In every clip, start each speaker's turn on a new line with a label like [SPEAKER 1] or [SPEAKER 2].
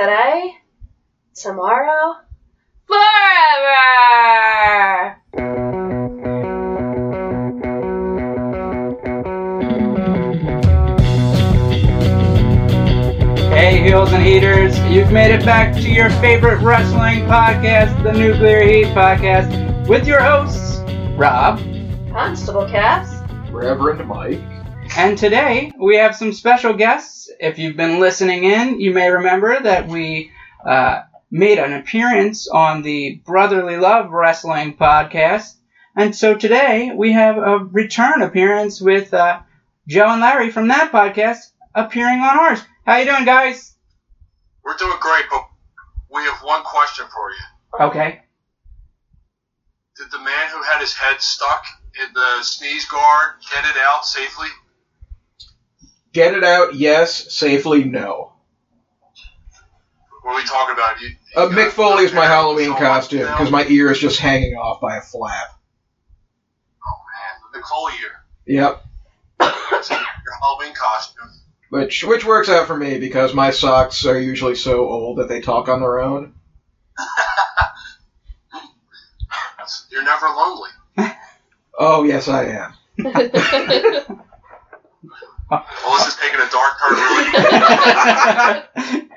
[SPEAKER 1] Today, tomorrow, forever!
[SPEAKER 2] Hey, heels and heaters, you've made it back to your favorite wrestling podcast, the Nuclear Heat Podcast, with your hosts, Rob.
[SPEAKER 1] Constable Cass?
[SPEAKER 3] Reverend Mike.
[SPEAKER 2] And today we have some special guests. If you've been listening in, you may remember that we uh, made an appearance on the Brotherly Love Wrestling podcast. And so today we have a return appearance with uh, Joe and Larry from that podcast appearing on ours. How you doing, guys?
[SPEAKER 4] We're doing great, but we have one question for you.
[SPEAKER 2] Okay.
[SPEAKER 4] Did the man who had his head stuck in the sneeze guard get it out safely?
[SPEAKER 3] Get it out, yes. Safely, no.
[SPEAKER 4] What are we talking about? You, you
[SPEAKER 3] Uh,
[SPEAKER 4] got-
[SPEAKER 3] Mick Foley is my Halloween
[SPEAKER 4] so uh,
[SPEAKER 3] costume
[SPEAKER 4] much now.
[SPEAKER 3] because my ear is just hanging off by a flap.
[SPEAKER 4] Oh, man, the Mick Foley year.
[SPEAKER 3] Yep,
[SPEAKER 4] That's your Halloween costume.
[SPEAKER 3] which which works out for me because my socks are usually so old that they talk on their own.
[SPEAKER 4] That's- You're never lonely.
[SPEAKER 3] Oh yes, I am.
[SPEAKER 4] Well, this is taking a dark turn, really.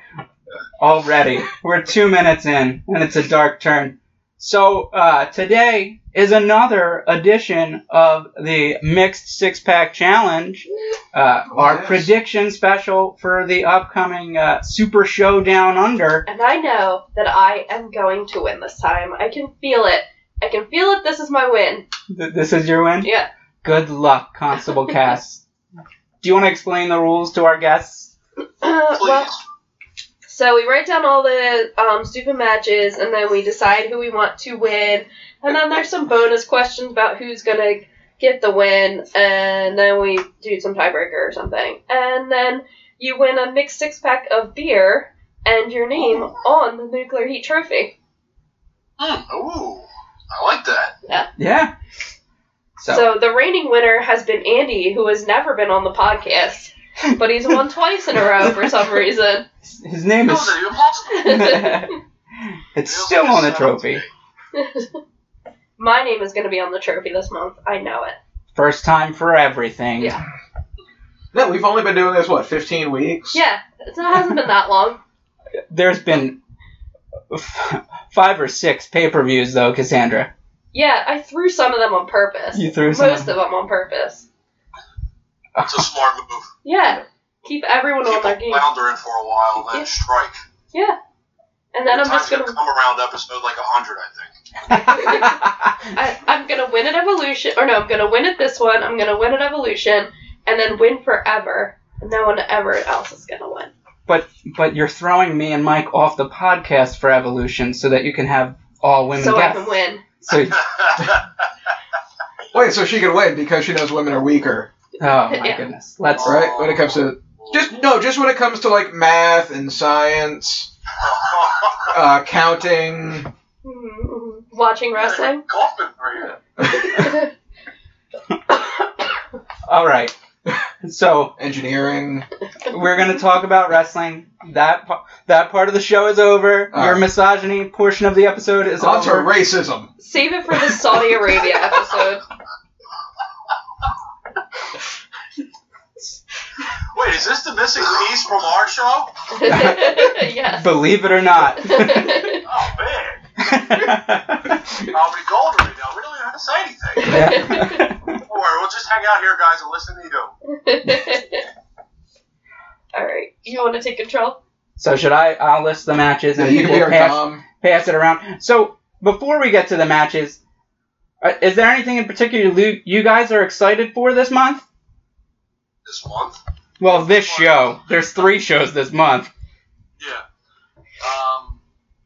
[SPEAKER 2] Already. We're two minutes in, and it's a dark turn. So, uh, today is another edition of the Mixed Six Pack Challenge, uh,
[SPEAKER 3] Oh,
[SPEAKER 2] our
[SPEAKER 3] yes.
[SPEAKER 2] prediction special for the upcoming uh, Super Showdown Under.
[SPEAKER 1] And I know that I am going to win this time. I can feel it. I can feel it. This is my win.
[SPEAKER 2] Th- this is your win?
[SPEAKER 1] Yeah.
[SPEAKER 2] Good luck, Constable Cass. Do you want to explain the rules to our guests?
[SPEAKER 1] Uh, well,
[SPEAKER 4] Please.
[SPEAKER 1] So we write down all the um, stupid matches, and then we decide who we want to win. And then there's some bonus questions about who's gonna get the win, and then we do some tiebreaker or something. And then you win a mixed six pack of beer and your name on the nuclear heat trophy.
[SPEAKER 4] Hmm, ooh, I like that.
[SPEAKER 2] Yeah.
[SPEAKER 1] So. the reigning winner has been Andy, who has never been on the podcast, but he's won twice in a row for some reason.
[SPEAKER 2] his name is
[SPEAKER 4] That was even possible.
[SPEAKER 2] it's still on the trophy.
[SPEAKER 1] My name is gonna be on the trophy this month. I know it.
[SPEAKER 2] First time for everything.
[SPEAKER 1] Yeah.
[SPEAKER 3] No, we've only been doing this what, fifteen weeks?
[SPEAKER 1] Yeah, it hasn't been that long.
[SPEAKER 2] There's been f- five or six pay per views, though, Cassandra.
[SPEAKER 1] Yeah, I threw some of them on purpose.
[SPEAKER 2] You threw some
[SPEAKER 1] Most
[SPEAKER 2] of
[SPEAKER 1] of them on purpose.
[SPEAKER 4] It's a smart move.
[SPEAKER 1] Yeah, keep everyone on their game.
[SPEAKER 4] People flounder in for a while, then
[SPEAKER 1] Yeah.
[SPEAKER 4] strike.
[SPEAKER 1] Yeah, and then I'm
[SPEAKER 4] Time's
[SPEAKER 1] just
[SPEAKER 4] gonna
[SPEAKER 1] gonna
[SPEAKER 4] come around episode like hundred, I think.
[SPEAKER 1] I, I'm gonna win at Evolution, or no, I'm gonna win at this one. I'm gonna win at Evolution, and then win forever. And no one ever else is gonna win.
[SPEAKER 2] but but you're throwing me and Mike off the podcast for Evolution so that you can have all women
[SPEAKER 1] so
[SPEAKER 2] guests.
[SPEAKER 1] I can win.
[SPEAKER 2] So,
[SPEAKER 3] Wait, so she could win because she knows women are weaker,
[SPEAKER 2] oh my
[SPEAKER 1] Yeah.
[SPEAKER 2] goodness, let's
[SPEAKER 3] right? When it comes to just no, just when it comes to like math and science, uh, counting.
[SPEAKER 1] Mhm. Watching wrestling.
[SPEAKER 4] Golfing for you.
[SPEAKER 2] all right. So
[SPEAKER 3] engineering.
[SPEAKER 2] we're gonna talk about wrestling. That pa- that part of the show is over.
[SPEAKER 3] All
[SPEAKER 2] Your
[SPEAKER 3] right.
[SPEAKER 2] misogyny portion of the episode is
[SPEAKER 3] Lots of
[SPEAKER 2] over.
[SPEAKER 3] racism.
[SPEAKER 1] Save it for the Saudi Arabia episode.
[SPEAKER 4] Wait, is this the missing piece from our show?
[SPEAKER 1] yes.
[SPEAKER 2] Believe it or not.
[SPEAKER 4] Oh man, I'll be gold right now. We don't even have to say anything. Don't worry, we'll just hang out here, guys, and listen to you.
[SPEAKER 1] All right, you want to take control?
[SPEAKER 2] So should I? I'll list the matches and
[SPEAKER 3] you can be
[SPEAKER 2] we'll
[SPEAKER 3] our
[SPEAKER 2] pass,
[SPEAKER 3] Dom.
[SPEAKER 2] pass it around. So before we get to the matches, uh, is there anything in particular you- you guys are excited for this month?
[SPEAKER 4] This month,
[SPEAKER 2] Well, this show. There's three shows this month.
[SPEAKER 4] yeah. Um,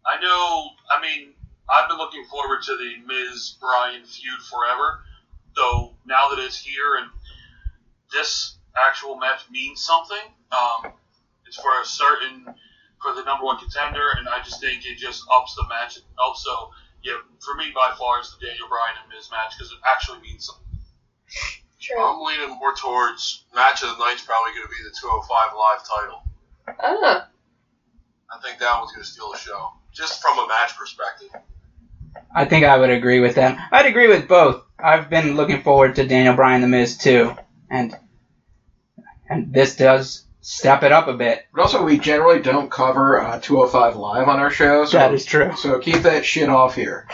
[SPEAKER 4] I know. I mean, I've been looking forward to the Miz Bryan feud forever. Though now that it's here and this actual match means something, um, it's for a certain for the number one contender, and I just think it just ups the match. Also, yeah, for me by far is the Daniel Bryan and Miz match because it actually means something.
[SPEAKER 1] True.
[SPEAKER 4] I'm leaning more oh towards match of the night's probably going to be the 205 live title.
[SPEAKER 1] Ah,
[SPEAKER 4] I think that one's going to steal the show, just from a match perspective.
[SPEAKER 2] I think I would agree with them. I'd agree with both. I've been looking forward to Daniel Bryan the Miz too, and and this does step it up a bit.
[SPEAKER 3] But also, we generally don't cover uh, 205 live on our show, so
[SPEAKER 2] That is true.
[SPEAKER 3] so keep that shit off here.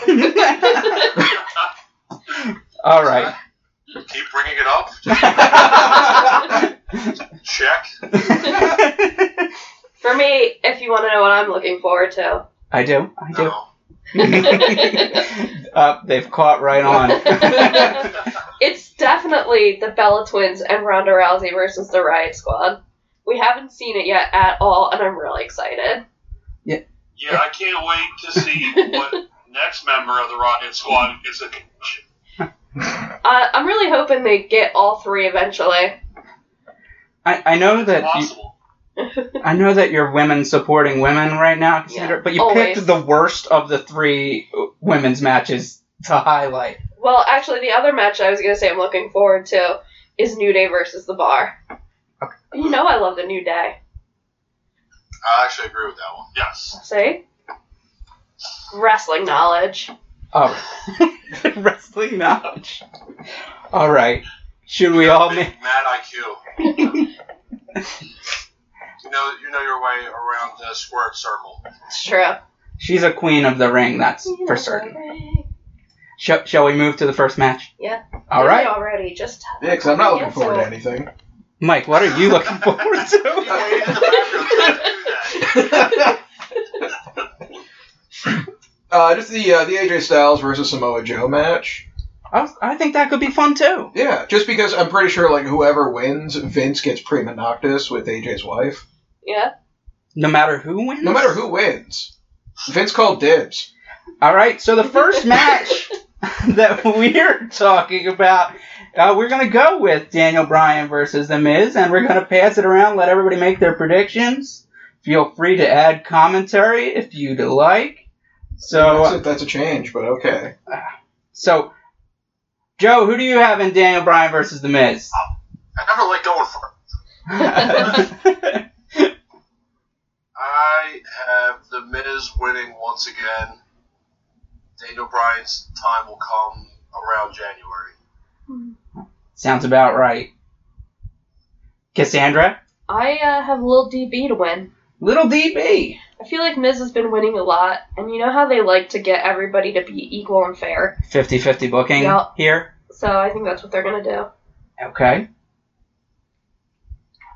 [SPEAKER 2] All right.
[SPEAKER 4] Keep bringing it up. Check.
[SPEAKER 1] For me, if you want to know what I'm looking forward to.
[SPEAKER 2] I do. I do.
[SPEAKER 4] No.
[SPEAKER 2] Up, Uh, they've caught right on.
[SPEAKER 1] it's definitely the Bella Twins and Ronda Rousey versus the Riot Squad. We haven't seen it yet at all, and I'm really excited.
[SPEAKER 4] Yeah, I can't wait to see what next member of the Rocket Squad gets a convention.
[SPEAKER 1] Uh, I'm really hoping they get all three eventually.
[SPEAKER 2] I, I know that you,
[SPEAKER 4] Possible.
[SPEAKER 2] I know that you're women supporting women right now, Cassandra, but you picked
[SPEAKER 1] always.
[SPEAKER 2] the worst of the three women's matches to highlight.
[SPEAKER 1] Well, actually, the other match I was going to say I'm looking forward to is New Day versus The Bar. You know I love the New Day.
[SPEAKER 4] I actually agree with that one. Yes.
[SPEAKER 1] See? Wrestling knowledge.
[SPEAKER 2] Oh, wrestling knowledge. All right, should we all make?
[SPEAKER 4] Big Mad IQ. you know, you know your way around the squared circle.
[SPEAKER 1] It's true.
[SPEAKER 2] She's a queen of the ring, that's for certain. Shall, shall we move to the first match?
[SPEAKER 1] Yeah.
[SPEAKER 2] All
[SPEAKER 1] Did we
[SPEAKER 2] right,
[SPEAKER 1] Already, just
[SPEAKER 3] Yeah, because I'm not looking forward to anything.
[SPEAKER 2] Mike. What are you looking forward
[SPEAKER 4] You
[SPEAKER 2] to?
[SPEAKER 4] waited in the background to do that.
[SPEAKER 3] uh, just the uh, the AJ Styles versus Samoa Joe match.
[SPEAKER 2] I, I think that could be fun too.
[SPEAKER 3] Yeah, just because I'm pretty sure like whoever wins, Vince gets prima noctis with AJ's wife.
[SPEAKER 1] yeah.
[SPEAKER 2] No matter who wins.
[SPEAKER 3] No matter who wins, Vince called dibs.
[SPEAKER 2] All right, so the first match that we're talking about, uh, we're going to go with Daniel Bryan versus The Miz, and we're going to pass it around, let everybody make their predictions. Feel free to add commentary if you'd like. So,
[SPEAKER 3] That's a, that's a change, but okay.
[SPEAKER 2] so Joe, who do you have in Daniel Bryan versus The Miz?
[SPEAKER 4] I never like going for it.
[SPEAKER 2] All
[SPEAKER 4] I have the Miz winning once again. Daniel Bryan's time will come around January.
[SPEAKER 2] Sounds about right. Cassandra,
[SPEAKER 1] I uh, have Lil DB to win.
[SPEAKER 2] little DB.
[SPEAKER 1] I feel like Miz has been winning a lot, and you know how they like to get everybody to be equal and fair.
[SPEAKER 2] 50-50 booking
[SPEAKER 1] Yep.
[SPEAKER 2] here.
[SPEAKER 1] So I think that's what they're gonna do.
[SPEAKER 2] Okay.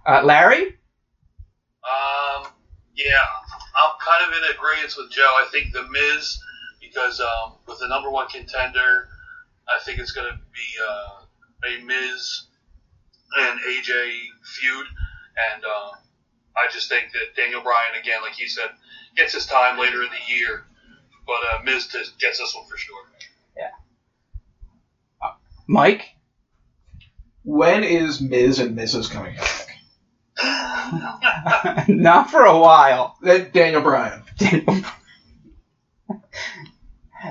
[SPEAKER 2] Uh, Larry?
[SPEAKER 4] Um, yeah, I'm kind of in agreement with Joe. I think the Miz, because um, with the number one contender, I think it's going to be uh, a Miz and AJ feud, and um, I just think that Daniel Bryan again, like he said, gets his time later in the year, but uh, Miz just gets this one for sure.
[SPEAKER 2] Mike?
[SPEAKER 3] When is Miz and Mrs. coming out?
[SPEAKER 4] Oh,
[SPEAKER 2] Not for a while.
[SPEAKER 3] That Daniel Bryan.
[SPEAKER 2] and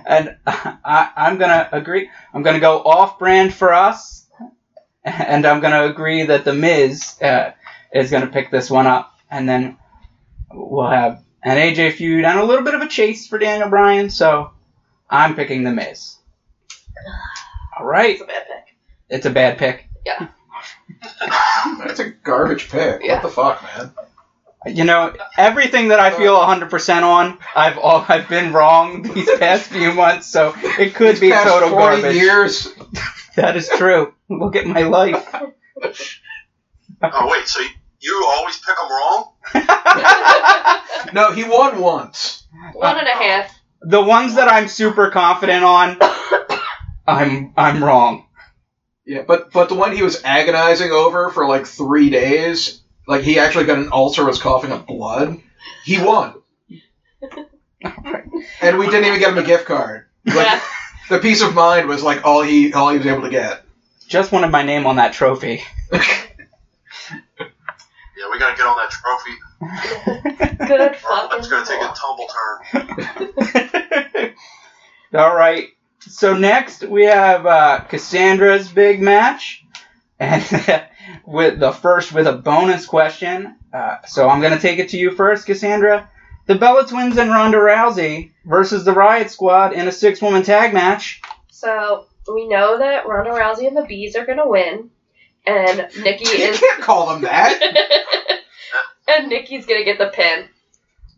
[SPEAKER 2] uh, I, I'm going to agree. I'm going to go off brand for us. And I'm going to agree that The Miz uh, is going to pick this one up. And then we'll have an AJ feud and a little bit of a chase for Daniel Bryan. So I'm picking The Miz. All right.
[SPEAKER 1] It's a bad pick.
[SPEAKER 2] It's a bad pick.
[SPEAKER 3] That's a garbage pick.
[SPEAKER 1] Yeah.
[SPEAKER 3] What the fuck, man?
[SPEAKER 2] You know, everything that I feel 100% on, I've all, I've been wrong these past few months, so it could
[SPEAKER 3] These
[SPEAKER 2] be
[SPEAKER 3] past
[SPEAKER 2] total
[SPEAKER 3] 40
[SPEAKER 2] garbage.
[SPEAKER 3] years.
[SPEAKER 2] That is true. Look at my life.
[SPEAKER 4] Oh wait, so you always pick them wrong?
[SPEAKER 3] No, he won once.
[SPEAKER 1] One and a half.
[SPEAKER 2] The ones that I'm super confident on, I'm I'm wrong.
[SPEAKER 3] Yeah, but but the one he was agonizing over for like three days, like he actually got an ulcer, was coughing up blood. He won, and we didn't even get him a gift card. Like,
[SPEAKER 1] Yeah.
[SPEAKER 3] The peace of mind was like all he all he was able to get.
[SPEAKER 2] Just wanted my name on that trophy.
[SPEAKER 4] Yeah, we gotta get on that trophy.
[SPEAKER 1] Good
[SPEAKER 4] or
[SPEAKER 1] fucking. lord.
[SPEAKER 4] tumble turn.
[SPEAKER 2] All right. So next we have uh, Cassandra's big match, and with the first with a bonus question. Uh, so I'm gonna take it to you first, Cassandra. The Bella Twins and Ronda Rousey versus the Riot Squad in a six woman tag match.
[SPEAKER 1] So we know that Ronda Rousey and the Bees are gonna win, and Nikki
[SPEAKER 3] You
[SPEAKER 1] is
[SPEAKER 3] can't call them that.
[SPEAKER 1] and Nikki's gonna get the pin.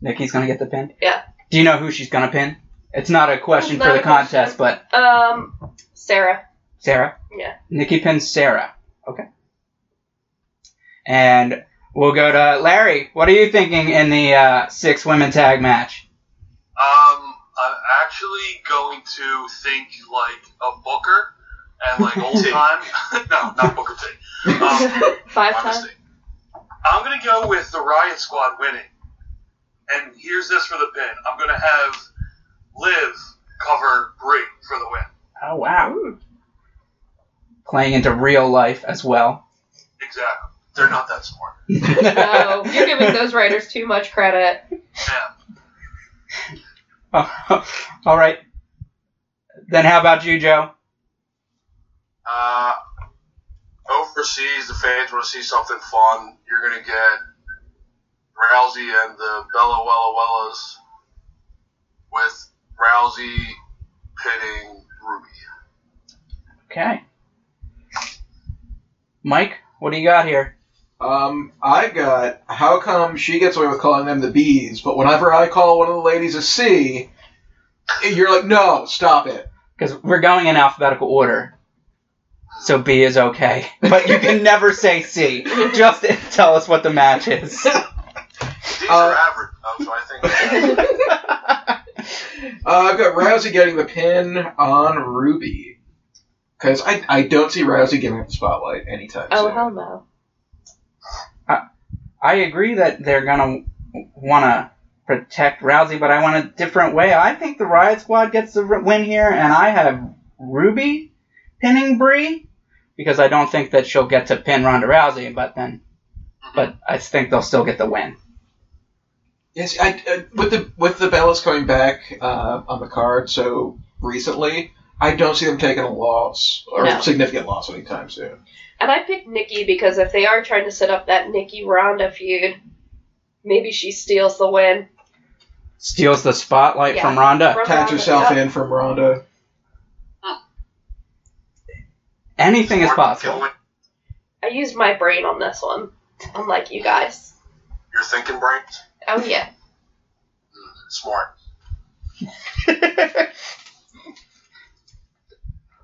[SPEAKER 2] Nikki's gonna get the pin.
[SPEAKER 1] Yeah.
[SPEAKER 2] Do you know who she's gonna pin? It's not a question
[SPEAKER 1] It's
[SPEAKER 2] for
[SPEAKER 1] not
[SPEAKER 2] the
[SPEAKER 1] a question.
[SPEAKER 2] contest, but
[SPEAKER 1] Um, Sarah.
[SPEAKER 2] Sarah.
[SPEAKER 1] Yeah.
[SPEAKER 2] Nikki pins Sarah. Okay. And we'll go to Larry. What are you thinking in the uh, six women tag match?
[SPEAKER 4] Um, I'm actually going to think like a Booker and like old
[SPEAKER 3] T.
[SPEAKER 4] time. no, not Booker T. Um,
[SPEAKER 1] Five
[SPEAKER 4] my
[SPEAKER 1] times.
[SPEAKER 4] mistake. I'm gonna go with the Riot Squad winning. And here's this for the pin. I'm gonna have Liv cover Brie for the win.
[SPEAKER 2] Oh wow.
[SPEAKER 1] Mm.
[SPEAKER 2] Playing into real life as well.
[SPEAKER 4] Exactly. They're not that smart.
[SPEAKER 1] No, you're giving those writers too much credit.
[SPEAKER 4] Yeah.
[SPEAKER 2] All right. Then how about you, Joe?
[SPEAKER 5] Uh, overseas, the fans want to see something fun. You're going to get Rousey and the Bella Wella Wellas with Rousey pitting Ruby.
[SPEAKER 2] Okay. Mike, what do you got here?
[SPEAKER 3] Um, I got how come she gets away with calling them the bees, but whenever I call one of the ladies a C, you're like, no, stop it.
[SPEAKER 2] Because we're going in alphabetical order. So B is okay. But you can never say C. Just tell us what the match is.
[SPEAKER 5] These
[SPEAKER 3] Uh,
[SPEAKER 5] are average, though, so I think.
[SPEAKER 3] Uh, I've got Rousey getting the pin on Ruby because I I don't see Rousey giving up the spotlight anytime
[SPEAKER 1] Oh
[SPEAKER 3] soon.
[SPEAKER 1] hell no.
[SPEAKER 2] I agree that they're gonna want to protect Rousey, but I want a different way. I think the Riot Squad gets the r- win here, and I have Ruby pinning Bree because I don't think that she'll get to pin Ronda Rousey, but then, but I think they'll still get the win.
[SPEAKER 3] Yes, I, uh, with the with the Bellas coming back uh, on the card so recently, I don't see them taking a loss or
[SPEAKER 1] No.
[SPEAKER 3] significant loss anytime soon.
[SPEAKER 1] And I picked Nikki because if they are trying to set up that Nikki Ronda feud, maybe she steals the win.
[SPEAKER 2] Steals the spotlight
[SPEAKER 1] Yeah.
[SPEAKER 2] from Ronda.
[SPEAKER 1] From
[SPEAKER 3] Attach
[SPEAKER 1] Ronda,
[SPEAKER 3] herself
[SPEAKER 1] yep.
[SPEAKER 3] in from Ronda.
[SPEAKER 2] Anything is
[SPEAKER 5] Or
[SPEAKER 2] possible.
[SPEAKER 5] can
[SPEAKER 1] I used my brain on this one, unlike you guys.
[SPEAKER 5] we- You're thinking brains?
[SPEAKER 1] Oh yeah.
[SPEAKER 5] Smart.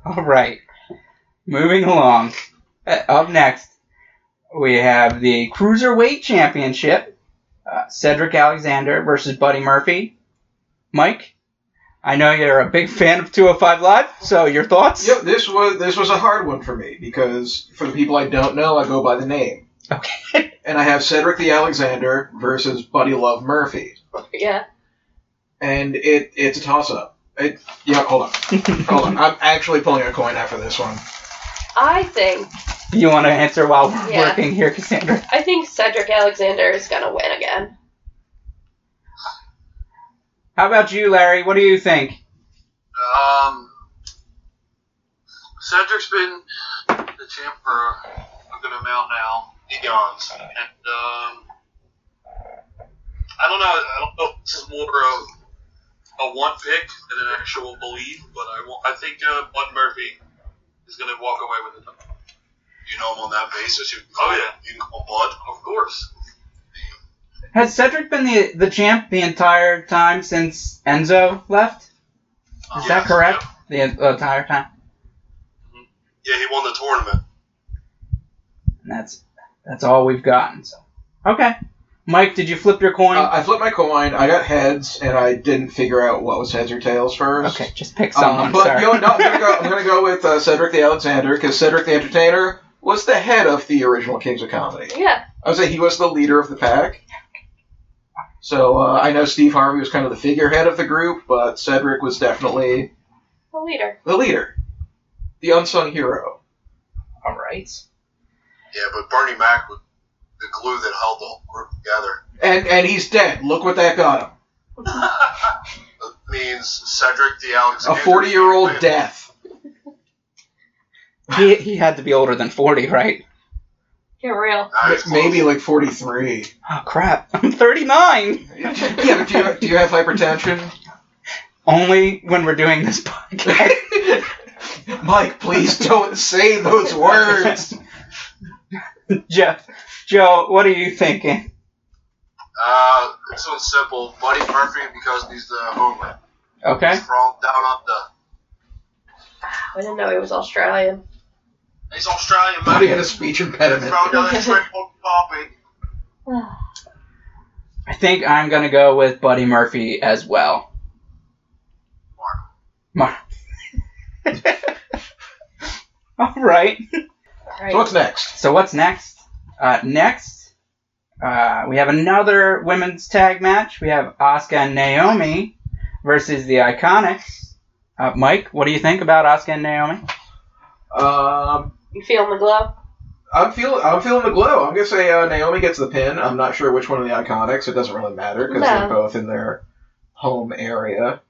[SPEAKER 2] All right. Moving along. Uh, Up next, we have the Cruiserweight Championship uh, Cedric Alexander versus Buddy Murphy. Mike, I know you're a big fan of 205 Live, so your thoughts?
[SPEAKER 3] Yep, this was this was a hard one for me because for the people I don't know, I go by the name.
[SPEAKER 2] Okay.
[SPEAKER 3] And I have Cedric the Alexander versus Buddy Love Murphy,
[SPEAKER 1] Yeah.
[SPEAKER 3] and it it's a toss up. It, yeah, hold on, hold on. I'm actually pulling a coin out for this one.
[SPEAKER 1] I think
[SPEAKER 2] you want to answer while we're
[SPEAKER 1] Yeah.
[SPEAKER 2] working here, Cassandra?
[SPEAKER 1] I think Cedric Alexander is gonna win again.
[SPEAKER 2] How about you, Larry? What do you think?
[SPEAKER 5] Um, Cedric's been the champ for a good amount now. He yawns. And, um,
[SPEAKER 4] I don't know. I don't know if this is more of a one pick than an actual belief, but I, wa- I think uh, Bud Murphy is going to walk away with it.
[SPEAKER 5] you know him on that basis. You can call,
[SPEAKER 4] Oh, yeah.
[SPEAKER 5] you can call Bud.
[SPEAKER 4] Of course.
[SPEAKER 2] Has Cedric been the, the champ the entire time since Enzo left? Is that
[SPEAKER 5] Yes.
[SPEAKER 2] correct? The entire time?
[SPEAKER 5] Yeah, he won the tournament.
[SPEAKER 2] and that's that's all we've gotten. So, okay, Mike, did you flip your coin?
[SPEAKER 3] Uh, I flipped my coin. I got heads, and I didn't figure out what was heads or tails first.
[SPEAKER 2] okay, just pick
[SPEAKER 3] Um,
[SPEAKER 2] someone.
[SPEAKER 3] but
[SPEAKER 2] sorry.
[SPEAKER 3] you know, no, I'm gonna go. I'm gonna go with uh, Cedric the Alexander because Cedric the Entertainer was the head of the original Kings of Comedy.
[SPEAKER 1] Yeah.
[SPEAKER 3] I would say he was the leader of the pack. So uh, I know Steve Harvey was kind of the figurehead of the group, but Cedric was definitely
[SPEAKER 1] The leader.
[SPEAKER 3] the leader, the unsung hero.
[SPEAKER 2] all right.
[SPEAKER 5] Yeah, but Bernie Mac was the glue that held the whole group together.
[SPEAKER 3] And and he's dead. Look what that got him.
[SPEAKER 5] That means Cedric the
[SPEAKER 3] A
[SPEAKER 5] Alexander.
[SPEAKER 3] 40 year old death.
[SPEAKER 2] He he had to be older than forty, right?
[SPEAKER 1] Get real.
[SPEAKER 5] That is close.
[SPEAKER 3] Maybe like 43.
[SPEAKER 2] Oh crap! I'm 39.
[SPEAKER 3] yeah, but do you, do you have hypertension?
[SPEAKER 2] Only when we're doing this podcast.
[SPEAKER 3] Mike, please don't say those words.
[SPEAKER 2] Jeff, Joe, what are you thinking?
[SPEAKER 5] Uh, this one's simple. Buddy Murphy because he's the homer.
[SPEAKER 2] Okay.
[SPEAKER 5] He's from down under.
[SPEAKER 1] I didn't know he was Australian.
[SPEAKER 5] He's Australian,
[SPEAKER 3] Buddy
[SPEAKER 5] buddy.
[SPEAKER 3] had a speech
[SPEAKER 5] He's
[SPEAKER 3] impediment.
[SPEAKER 5] from down the triple copy.
[SPEAKER 2] I think I'm gonna go with Buddy Murphy as well. Mark. All right.
[SPEAKER 3] So
[SPEAKER 1] Alright.
[SPEAKER 3] what's next?
[SPEAKER 2] So what's next? Uh, next, uh, we have another women's tag match. We have Asuka and Naomi versus the Iconics. Uh, Mike, what do you think about Asuka and Naomi?
[SPEAKER 3] Um,
[SPEAKER 1] You feeling the glow?
[SPEAKER 3] I'm feeling I'm feeling the glow. I'm gonna say uh, Naomi gets the pin. I'm not sure which one of the iconics. It doesn't really matter because
[SPEAKER 1] No.
[SPEAKER 3] they're both in their home area.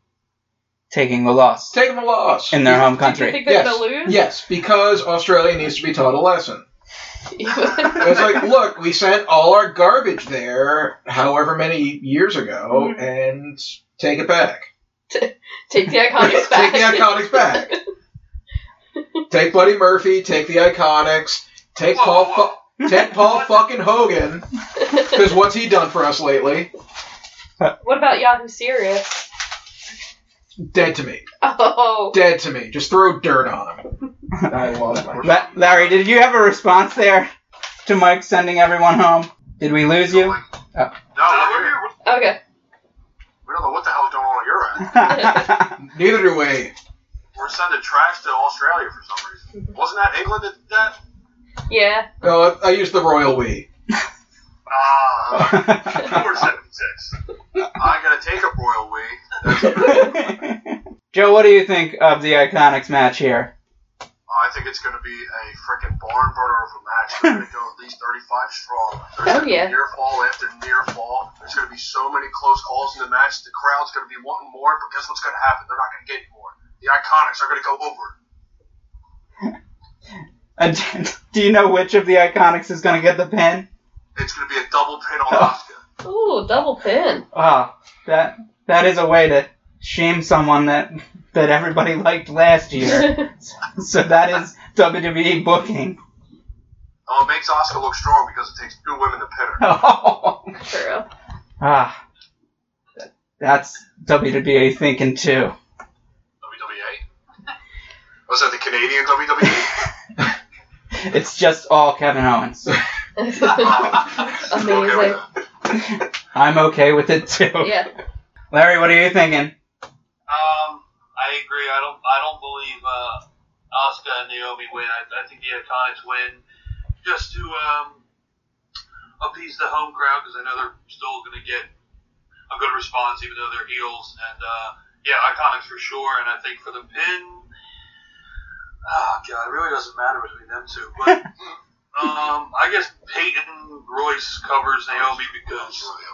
[SPEAKER 2] Taking the loss
[SPEAKER 3] Taking the loss.
[SPEAKER 2] in their home
[SPEAKER 1] Do you
[SPEAKER 2] country.
[SPEAKER 1] think they're
[SPEAKER 3] Yes.
[SPEAKER 1] gonna lose?
[SPEAKER 3] Yes, because Australia needs to be taught a lesson.
[SPEAKER 1] Yeah.
[SPEAKER 3] It's like, look, we sent all our garbage there, however many years ago, and take it back.
[SPEAKER 1] Take the iconics back.
[SPEAKER 3] take the iconics back. take Buddy Murphy. Take the iconics. Take
[SPEAKER 5] Whoa,
[SPEAKER 3] Paul.
[SPEAKER 5] whoa.
[SPEAKER 3] Fu- take Paul fucking Hogan. Because what's he done for us lately?
[SPEAKER 1] what about Yahoo Serious?
[SPEAKER 3] Dead to me.
[SPEAKER 1] Oh.
[SPEAKER 3] Dead to me. Just throw dirt on him. I lost my.
[SPEAKER 2] La- Larry, did you have a response there to Mike sending everyone home? Did we lose you?
[SPEAKER 5] Like, No, we're here.
[SPEAKER 1] Okay.
[SPEAKER 5] We don't know what the hell's going on on your end.
[SPEAKER 3] Neither do we.
[SPEAKER 5] We're sending trash to Australia for some reason. Wasn't that England that did that?
[SPEAKER 1] Yeah.
[SPEAKER 3] No, I, I used the royal we.
[SPEAKER 5] Ah, number 76. I gotta take a royal we.
[SPEAKER 2] Joe, what do you think of the Iconics match here?
[SPEAKER 5] Oh, I think it's gonna be a freaking barn burner of a match. We're gonna go at least 35 strong. There's
[SPEAKER 1] Oh,
[SPEAKER 5] gonna be
[SPEAKER 1] yeah.
[SPEAKER 5] near fall after near fall. There's gonna be so many close calls in the match. The crowd's gonna be wanting more, but guess what's gonna happen? They're not gonna get more. The Iconics are gonna go over.
[SPEAKER 2] And Uh, do you know which of the Iconics is going to get the pin?
[SPEAKER 5] It's gonna be a double pin on Oscar.
[SPEAKER 1] Ooh, double pin.
[SPEAKER 2] Ah, that that is a way to shame someone that that everybody liked last year. so that is WWE booking.
[SPEAKER 5] Oh, it makes Oscar look strong because it takes two women to pin her.
[SPEAKER 2] ah,
[SPEAKER 1] True.
[SPEAKER 2] that's WWE thinking too.
[SPEAKER 5] WWE. Was that the Canadian E? WWE?
[SPEAKER 2] It's just all Kevin Owens.
[SPEAKER 1] Amazing.
[SPEAKER 2] I'm okay with it too.
[SPEAKER 1] Yeah.
[SPEAKER 2] Larry, what are you thinking?
[SPEAKER 4] Um, I agree. I don't. I don't believe uh, Asuka and Naomi win. I, I think the Iconics win just to um, appease the home crowd because I know they're still going to get a good response even though they're heels. And uh, yeah, Iconics for sure. And I think for the pin, ah, God, it really doesn't matter between them two. But um, I guess Peyton Royce covers Naomi because.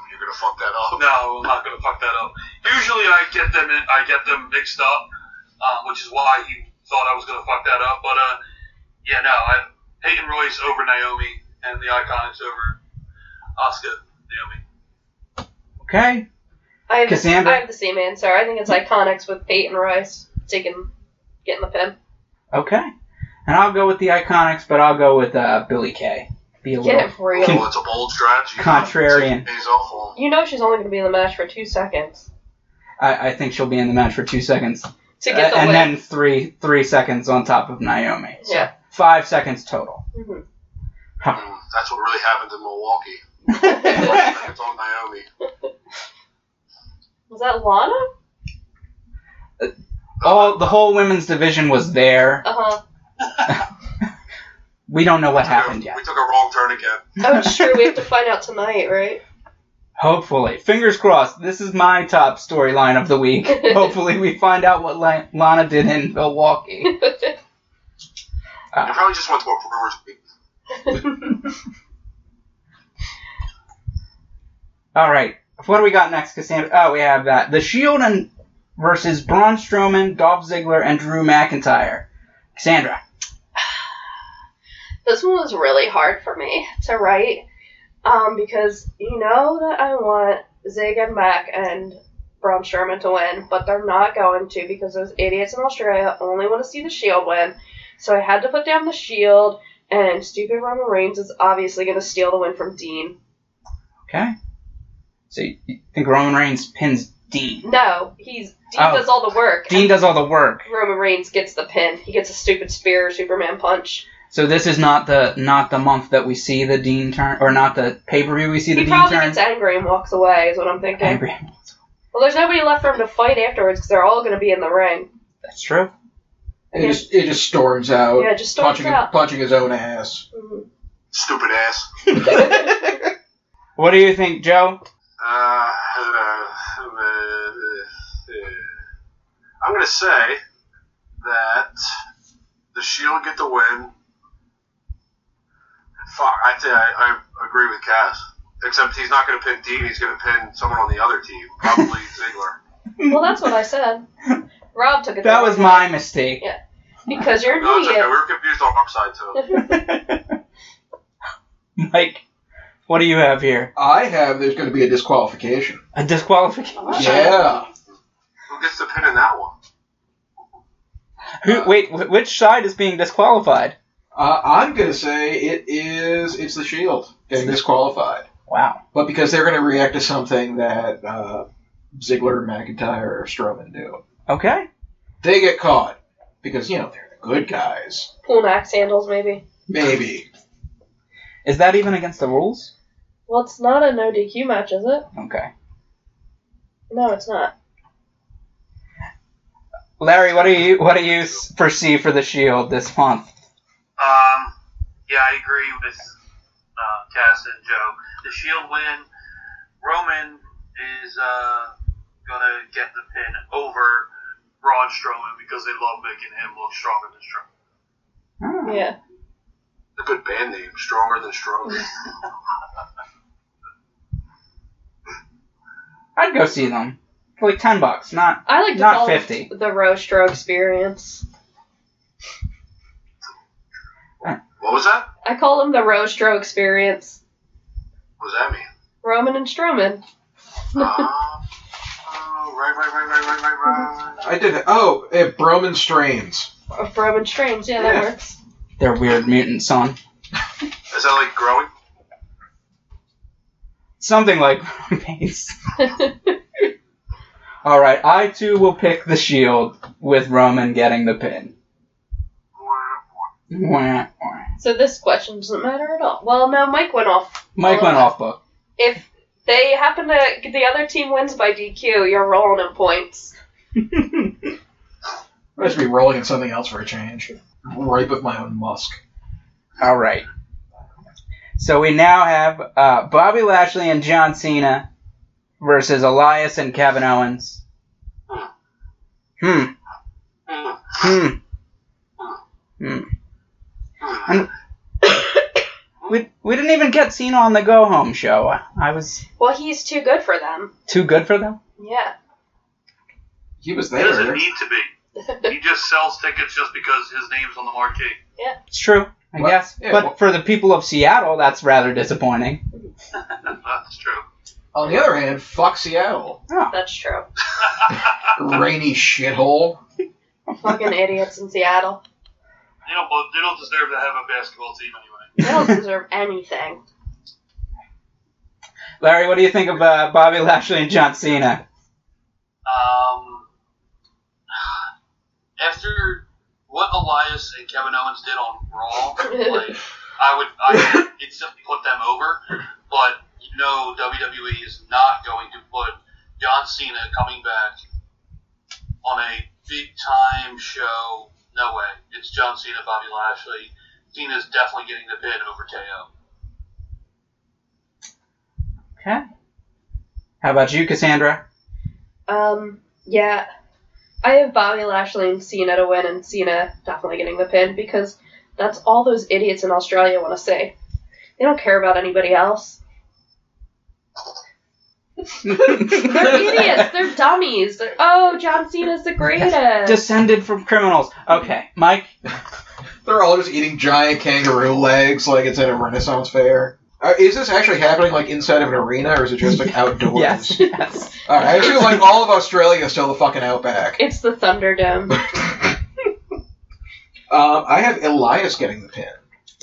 [SPEAKER 5] You're gonna fuck that up.
[SPEAKER 4] No, I'm not gonna fuck that up. Usually, I get them in, I get them mixed up, uh, which is why he thought I was gonna fuck that up. But uh, yeah, no, I, Peyton Royce over Naomi and the Iconics over Oscar Naomi.
[SPEAKER 2] Okay.
[SPEAKER 1] I have,
[SPEAKER 2] Cassandra?
[SPEAKER 1] I have the same answer. I think it's Iconics with Peyton Royce taking, getting the pin.
[SPEAKER 2] Okay. And I'll go with the Iconics, but I'll go with uh, Billy Kay. Be a
[SPEAKER 1] Get
[SPEAKER 2] little
[SPEAKER 1] it for real.
[SPEAKER 5] Oh, it's a bold strategy.
[SPEAKER 2] contrarian.
[SPEAKER 5] He's awful.
[SPEAKER 1] You know she's only going to be in the match for two seconds
[SPEAKER 2] I, I think she'll be in the match for two seconds,
[SPEAKER 1] to get
[SPEAKER 2] Uh,
[SPEAKER 1] the
[SPEAKER 2] and
[SPEAKER 1] win.
[SPEAKER 2] then three three seconds on top of Naomi. So
[SPEAKER 1] Yeah.
[SPEAKER 2] Five seconds total.
[SPEAKER 1] Mhm.
[SPEAKER 5] Mm, That's what really happened in Milwaukee. it's on Naomi.
[SPEAKER 1] Was that Lana?
[SPEAKER 2] All the whole women's division was there.
[SPEAKER 1] Uh huh.
[SPEAKER 2] We don't know what
[SPEAKER 5] We took a-
[SPEAKER 2] happened yet.
[SPEAKER 5] We took a wrong turn again.
[SPEAKER 1] Oh, sure. We have to find out tonight, right?
[SPEAKER 2] Hopefully, fingers crossed. This is my top storyline of the week. Hopefully, we find out what La- Lana did in Milwaukee.
[SPEAKER 5] You probably just went to a brewer's meet.
[SPEAKER 2] All right. What do we got next, Cassandra? Oh, we have that. The Shield and versus Braun Strowman, Dolph Ziggler, and Drew McIntyre. Cassandra.
[SPEAKER 1] This one was really hard for me to write um, because you know that I want Zig and Mac and Braun Sherman to win, but they're not going to because those idiots in Australia only want to see the Shield win. So I had to put down the Shield, and stupid Roman Reigns is obviously going to steal the win from Dean.
[SPEAKER 2] Okay. So you you think Roman Reigns pins Dean?
[SPEAKER 1] No, he's Dean
[SPEAKER 2] Oh.
[SPEAKER 1] does all the work.
[SPEAKER 2] Dean does all the work.
[SPEAKER 1] Roman Reigns gets the pin. He gets a stupid spear, Superman punch.
[SPEAKER 2] So this is not the not the month that we see the Dean turn, or not the pay per view we see the
[SPEAKER 1] He
[SPEAKER 2] Dean
[SPEAKER 1] probably
[SPEAKER 2] turn.
[SPEAKER 1] gets angry and walks away, is what I'm thinking.
[SPEAKER 2] Angry.
[SPEAKER 1] Well, there's nobody left for him to fight afterwards because they're all going to be in the ring.
[SPEAKER 2] That's true.
[SPEAKER 3] It just it just storms out,
[SPEAKER 1] yeah, just storms
[SPEAKER 3] punching
[SPEAKER 1] out.
[SPEAKER 3] punching his own ass.
[SPEAKER 2] Mm.
[SPEAKER 1] Mhm.
[SPEAKER 5] Stupid ass.
[SPEAKER 2] What do you think, Joe?
[SPEAKER 5] Uh, I'm going to say that the Shield get the win. Fuck, I, th- I, I agree with Cass. Except he's not going to pin Dean, he's going to pin someone on the other team, probably Ziggler.
[SPEAKER 1] Well, that's what I said. Rob took it. the
[SPEAKER 2] That
[SPEAKER 1] wrong
[SPEAKER 2] was
[SPEAKER 1] way.
[SPEAKER 2] my mistake.
[SPEAKER 1] Because you're
[SPEAKER 5] No,
[SPEAKER 1] an
[SPEAKER 5] it's okay. We
[SPEAKER 1] idiot.
[SPEAKER 5] were confused on our side, too.
[SPEAKER 2] Mike, what do you have here?
[SPEAKER 3] I have there's going to be a disqualification.
[SPEAKER 2] A disqualification.
[SPEAKER 3] Yeah,
[SPEAKER 5] Who gets the pin in that one?
[SPEAKER 2] Who, wait, wh- which side is being disqualified?
[SPEAKER 3] uh, I'm going to say it is it's the Shield getting disqualified,
[SPEAKER 2] Wow.
[SPEAKER 3] but because they're going to react to something that uh, Ziggler, McIntyre, or Strowman do,
[SPEAKER 2] Okay.
[SPEAKER 3] they get caught because you know they're the good guys.
[SPEAKER 1] Cool Max handles, maybe.
[SPEAKER 3] Maybe
[SPEAKER 2] Is that even against the rules?
[SPEAKER 1] Well, it's not a no DQ match, is it?
[SPEAKER 2] Okay.
[SPEAKER 1] No, it's not.
[SPEAKER 2] Larry, what do you what do you s- foresee for the Shield this month?
[SPEAKER 4] Um, yeah, I agree with uh, Cass and Joe. The Shield win. Roman is uh, gonna get the pin over Braun Strowman because they love making him look stronger than Strowman.
[SPEAKER 2] Oh.
[SPEAKER 1] Yeah.
[SPEAKER 5] A good band name, Stronger Than Stronger.
[SPEAKER 2] I'd go see them for like ten bucks. Not
[SPEAKER 1] I like to
[SPEAKER 2] Not
[SPEAKER 1] call
[SPEAKER 2] 50.
[SPEAKER 1] it the Rostro experience.
[SPEAKER 5] what was that?
[SPEAKER 1] I call them the Rostro experience.
[SPEAKER 5] What does that mean?
[SPEAKER 1] Roman and Strowman.
[SPEAKER 5] Uh, oh, right, right, right, right, right, right, right.
[SPEAKER 3] I did. Oh, uh, Broman Strains.
[SPEAKER 1] Of Roman Strains, yeah, that
[SPEAKER 3] Yeah.
[SPEAKER 1] works.
[SPEAKER 2] their weird mutant son.
[SPEAKER 5] Is that like growing?
[SPEAKER 2] Something like Roman's. All right, I too will pick the Shield with Roman getting the pin. Wah, wah.
[SPEAKER 1] so this question doesn't matter at all. Well, no, Mike went off.
[SPEAKER 2] Mike
[SPEAKER 1] Well,
[SPEAKER 2] went off book.
[SPEAKER 1] If they happen to, the other team wins by DQ, you're rolling in points.
[SPEAKER 3] I should be rolling in something else for a change. Right with my own musk.
[SPEAKER 2] All right. So we now have uh, Bobby Lashley and John Cena versus Elias and Kevin Owens. Hmm.
[SPEAKER 5] Hmm.
[SPEAKER 2] Hmm. Hmm. And we, we didn't even get Cena on the go home show. I was
[SPEAKER 1] Well, he's too good for them.
[SPEAKER 2] too good for them.
[SPEAKER 1] Yeah.
[SPEAKER 3] He was
[SPEAKER 4] He doesn't
[SPEAKER 3] there.
[SPEAKER 4] need to be. He just sells tickets just because his name's on the marquee.
[SPEAKER 2] It's true, I
[SPEAKER 3] Well,
[SPEAKER 2] guess.
[SPEAKER 3] yeah,
[SPEAKER 2] but
[SPEAKER 3] well-
[SPEAKER 2] for the people of Seattle, that's rather disappointing.
[SPEAKER 4] That's true.
[SPEAKER 3] On the other hand, fuck Seattle.
[SPEAKER 1] That's true.
[SPEAKER 3] Rainy shithole.
[SPEAKER 1] Fucking idiots in Seattle.
[SPEAKER 4] They don't. bo- They don't deserve to have a basketball team anyway.
[SPEAKER 1] They don't deserve anything.
[SPEAKER 2] Larry, what do you think of uh, Bobby Lashley and John Cena?
[SPEAKER 4] Um, after what Elias and Kevin Owens did on Raw, like I would, I would instantly put them over. But you know, WWE E is not going to put John Cena coming back on a big time show. No way. It's John Cena, Bobby Lashley. Cena's definitely getting the pin over KO.
[SPEAKER 2] Okay. How about you, Cassandra?
[SPEAKER 1] Um, yeah. I have Bobby Lashley and Cena to win, and Cena definitely getting the pin because that's all those idiots in Australia want to say. They don't care about anybody else. They're idiots. They're dummies. They're, oh, John Cena's the greatest.
[SPEAKER 2] Descended from criminals. Okay, Mike.
[SPEAKER 3] They're all just eating giant kangaroo legs like it's at a Renaissance fair. Uh, is this actually happening like inside of an arena or is it just like outdoors?
[SPEAKER 2] Yes, yes.
[SPEAKER 3] All right, I feel like all of Australia is still the fucking outback.
[SPEAKER 1] It's the Thunderdome.
[SPEAKER 3] Um, I have Elias getting the pin.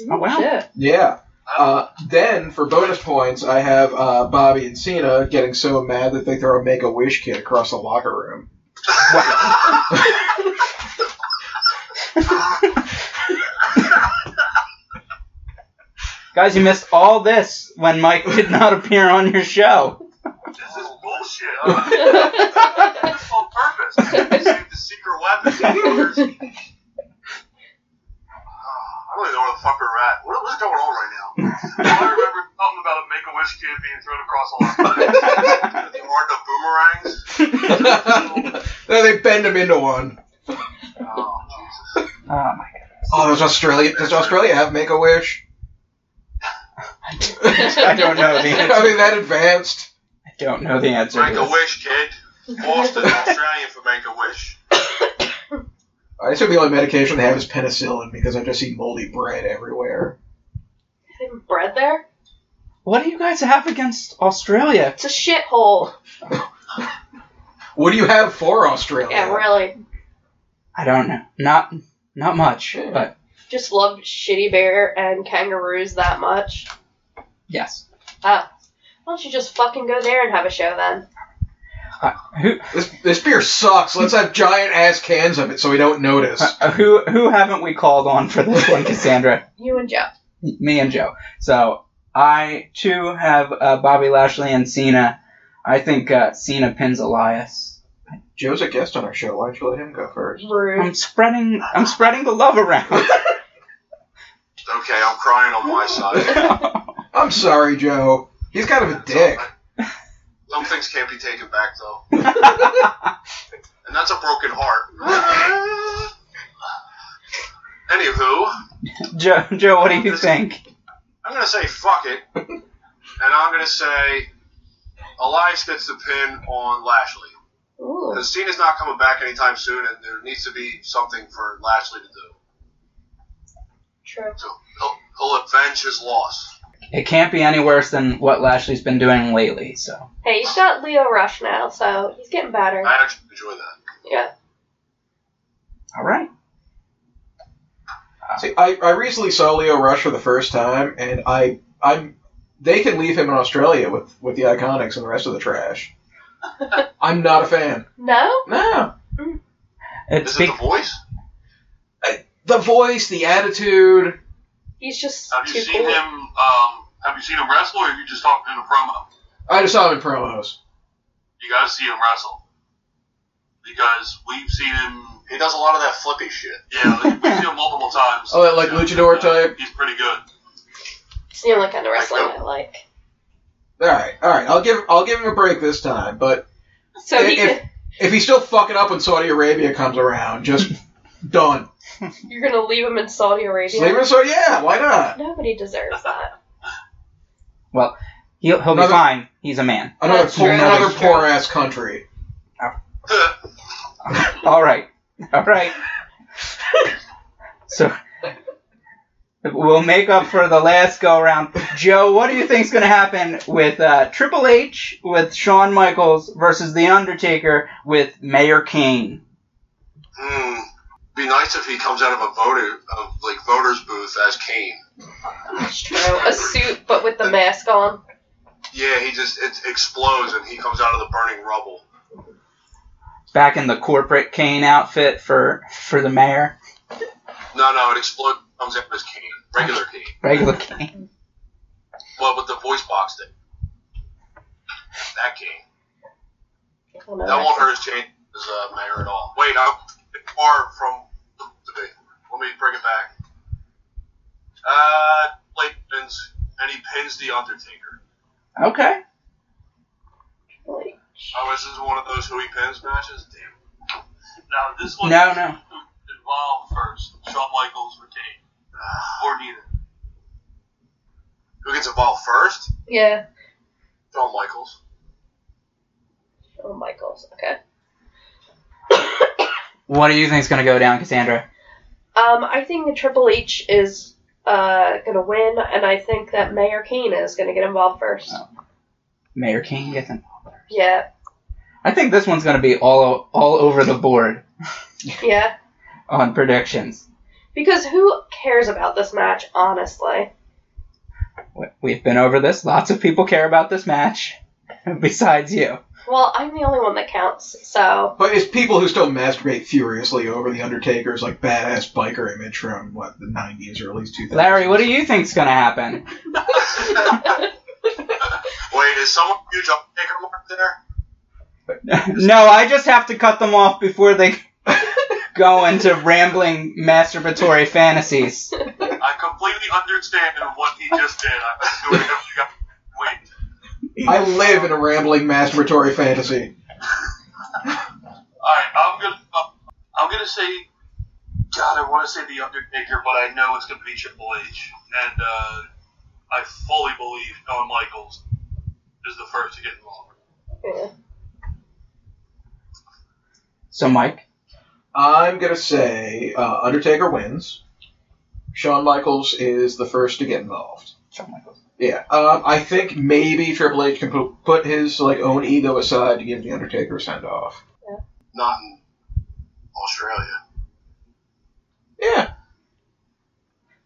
[SPEAKER 2] Oh, wow.
[SPEAKER 1] Shit.
[SPEAKER 3] Yeah. Uh, then for bonus points, I have uh, Bobby and Cena getting so mad that they throw a Make a Wish kid across the locker room.
[SPEAKER 2] Guys, you missed all this when Mike did not appear on your show.
[SPEAKER 4] This is bullshit. That's on purpose. Save the secret weapons. I don't even know where the fuck we're at. What, what's going on right now? All I remember is something about a Make-A-Wish kid being thrown across a lot. They weren't the boomerangs.
[SPEAKER 3] no, they bend him into one.
[SPEAKER 4] Oh, Jesus.
[SPEAKER 2] Oh my
[SPEAKER 3] Oh, does Australia does Australia have Make a Wish?
[SPEAKER 2] god. I don't know the
[SPEAKER 3] I
[SPEAKER 2] answer.
[SPEAKER 3] mean that advanced.
[SPEAKER 2] I don't know the answer. to this.
[SPEAKER 4] Make-A-Wish kid. Boston, Australian for Make-A-Wish.
[SPEAKER 3] I assume the only medication they have is penicillin because I just see moldy bread everywhere.
[SPEAKER 1] They have bread there?
[SPEAKER 2] What do you guys have against Australia?
[SPEAKER 1] It's a shithole.
[SPEAKER 3] What do you have for Australia?
[SPEAKER 1] Yeah, really.
[SPEAKER 2] I don't know. Not not much, but
[SPEAKER 1] Just loved Shitty Bear and kangaroos that much.
[SPEAKER 2] yes.
[SPEAKER 1] Oh. Why don't you just fucking go there and have a show then?
[SPEAKER 2] Who
[SPEAKER 3] This, this beer sucks. Let's have giant ass cans of it so we don't notice.
[SPEAKER 2] uh, who who haven't we called on for this one, Cassandra?
[SPEAKER 1] You and Jeff.
[SPEAKER 2] Me and Joe. So I too have uh, Bobby Lashley and Cena. I think uh, Cena pins Elias.
[SPEAKER 3] Joe's a guest on our show. Why don't you let him go first?
[SPEAKER 1] Rude.
[SPEAKER 2] I'm spreading I'm spreading the love around.
[SPEAKER 4] Okay, I'm crying on my side.
[SPEAKER 3] I'm sorry, Joe. He's kind of a dick.
[SPEAKER 4] Some things can't be taken back, though. and that's a broken heart. Anywho,
[SPEAKER 2] Joe, Joe, what do you think?
[SPEAKER 4] I'm going to say fuck it. And I'm going to say Elias gets the pin on Lashley.
[SPEAKER 1] Ooh.
[SPEAKER 4] Because Cena's not coming back anytime soon, and there needs to be something for Lashley to do.
[SPEAKER 1] True.
[SPEAKER 4] So he'll, he'll avenge his loss.
[SPEAKER 2] It can't be any worse than what Lashley's been doing lately. So
[SPEAKER 1] Hey, he's got Leo Rush now, so he's getting better.
[SPEAKER 4] I actually enjoy that.
[SPEAKER 1] Yeah.
[SPEAKER 2] all right.
[SPEAKER 3] See, I, I recently saw Leo Rush for the first time, and I I'm they can leave him in Australia with with the Iconics and the rest of the trash. I'm not a fan.
[SPEAKER 1] No?
[SPEAKER 3] No,
[SPEAKER 2] It's
[SPEAKER 4] Is it
[SPEAKER 2] speak-
[SPEAKER 4] the voice?
[SPEAKER 3] the voice, the attitude.
[SPEAKER 1] He's just
[SPEAKER 4] Have
[SPEAKER 1] too
[SPEAKER 4] you seen
[SPEAKER 1] cool.
[SPEAKER 4] him? Um, have you seen him wrestle, or are you just talking in a promo?
[SPEAKER 3] I just saw him in promos.
[SPEAKER 4] You gotta see him wrestle because we've seen him. He does a lot of that flippy shit. Yeah, like, we've seen him multiple times.
[SPEAKER 3] Oh, that, like, luchador type?
[SPEAKER 4] He's pretty good.
[SPEAKER 1] It's the only kind of wrestling I like.
[SPEAKER 3] All right, all right. I'll give I'll give him a break this time. But
[SPEAKER 1] So he
[SPEAKER 3] If- if he's still fucking up when Saudi Arabia comes around, just done.
[SPEAKER 1] you're gonna leave him in Saudi Arabia.
[SPEAKER 3] Sleeping so yeah, why not?
[SPEAKER 1] Nobody deserves that.
[SPEAKER 2] he'll, he'll be
[SPEAKER 3] Another-
[SPEAKER 2] fine. He's a man.
[SPEAKER 3] Another
[SPEAKER 1] That's
[SPEAKER 3] poor,
[SPEAKER 1] true,
[SPEAKER 3] another
[SPEAKER 1] that's true.
[SPEAKER 3] poor ass country.
[SPEAKER 2] All right. All right. so we'll make up for the last go around. Joe, what do you think's going to happen with uh, Triple H with Shawn Michaels versus The Undertaker with Mayor Kane?
[SPEAKER 4] Hmm. Be nice if he comes out of a voter, of like voters booth as Kane.
[SPEAKER 1] That's true. A suit, but with the mask on.
[SPEAKER 4] Yeah, he just it explodes and he comes out of the burning rubble.
[SPEAKER 2] Back in the corporate Kane outfit for for the mayor,
[SPEAKER 4] No, no, it explodes. Comes out as Kane, regular Kane,
[SPEAKER 2] regular Kane.
[SPEAKER 4] but with the voice box thing. That Kane.
[SPEAKER 1] I don't know.
[SPEAKER 4] That won't hurt his change as uh, mayor at all. Wait, I'm far from the debate. Let me bring it back. Uh, Blake pins, and he pins the Undertaker.
[SPEAKER 2] Okay.
[SPEAKER 1] Like,
[SPEAKER 4] Oh, this is one of those who he pins matches. Damn. Now this one
[SPEAKER 2] No, no.
[SPEAKER 4] involved first. Shawn Michaels retained, or neither. Who gets involved first?
[SPEAKER 1] Yeah.
[SPEAKER 4] Shawn Michaels.
[SPEAKER 1] Oh, Michaels. Okay.
[SPEAKER 2] What do you think's going to go down, Cassandra?
[SPEAKER 1] Um, I think Triple H is uh, going to win, and I think that Mayor Kane is going to get involved first.
[SPEAKER 2] Oh. Mayor King gets in.
[SPEAKER 1] Yeah,
[SPEAKER 2] I think this one's going to be all all over the board
[SPEAKER 1] yeah.
[SPEAKER 2] on predictions.
[SPEAKER 1] Because who cares about this match, honestly?
[SPEAKER 2] We- We've been over this. Lots of people care about this match, besides you.
[SPEAKER 1] Well, I'm the only one that counts, so
[SPEAKER 3] But it's people who still masturbate furiously over the Undertaker's like badass biker image from what the '90s or at least 2000s.
[SPEAKER 2] Larry, what do you think's going to happen?
[SPEAKER 5] Wait, is someone huge Undertaker mark there?
[SPEAKER 2] no, I just have to cut them off before they go into rambling masturbatory fantasies.
[SPEAKER 4] I completely understand what he just did. I was doing it. You got- Wait,
[SPEAKER 3] I live in a rambling masturbatory fantasy.
[SPEAKER 4] all right. I'm gonna uh, I'm gonna say, God, I want to say the Undertaker, but I know it's gonna be Triple H, and uh, I fully believe Shawn Michaels is the first to get involved.
[SPEAKER 1] yeah.
[SPEAKER 2] So, Mike,
[SPEAKER 3] I'm gonna say uh, Undertaker wins. Shawn Michaels is the first to get involved.
[SPEAKER 2] Shawn Michaels.
[SPEAKER 3] Yeah, um, I think maybe Triple H can pu- put his like own ego aside to give the Undertaker a send off.
[SPEAKER 5] Not in Australia.
[SPEAKER 3] Yeah,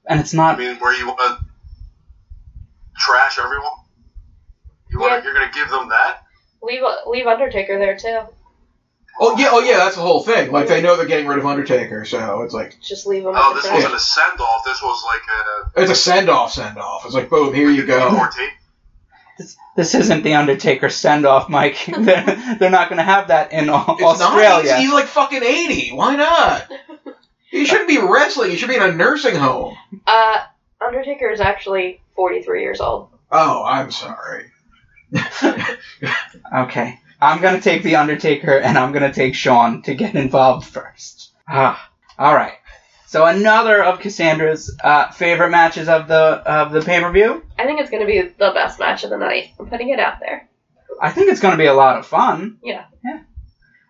[SPEAKER 2] and it's
[SPEAKER 5] I
[SPEAKER 2] not.
[SPEAKER 5] mean, where you want to trash everyone? You want
[SPEAKER 1] Yeah.
[SPEAKER 5] to You're going to give them that?
[SPEAKER 1] Leave leave Undertaker there too.
[SPEAKER 3] Oh yeah, oh yeah, that's the whole thing. Like they know they're getting rid of Undertaker, so it's like
[SPEAKER 1] Just leave him.
[SPEAKER 5] Oh,
[SPEAKER 1] with
[SPEAKER 5] this
[SPEAKER 1] the
[SPEAKER 5] wasn't a send off. This was like
[SPEAKER 3] it's a send off, send off. It's like boom, here you
[SPEAKER 5] a
[SPEAKER 3] go.
[SPEAKER 5] more tape.
[SPEAKER 2] This isn't the Undertaker send off, Mike. they're, they're not going to have that in Au-
[SPEAKER 3] It's not.
[SPEAKER 2] Australia.
[SPEAKER 3] He's, he's like fucking eighty. Why not? He shouldn't be wrestling. He should be in a nursing home.
[SPEAKER 1] Uh, Undertaker is actually 43 years old.
[SPEAKER 3] Oh, I'm sorry.
[SPEAKER 2] Okay. I'm going to take The Undertaker and I'm going to take Sean to get involved first. Ah, all right. So another of Cassandra's uh, favorite matches of the of the pay-per-view.
[SPEAKER 1] I think it's going to be the best match of the night. I'm putting it out there.
[SPEAKER 2] I think it's going to be a lot of fun.
[SPEAKER 1] Yeah.
[SPEAKER 2] Yeah.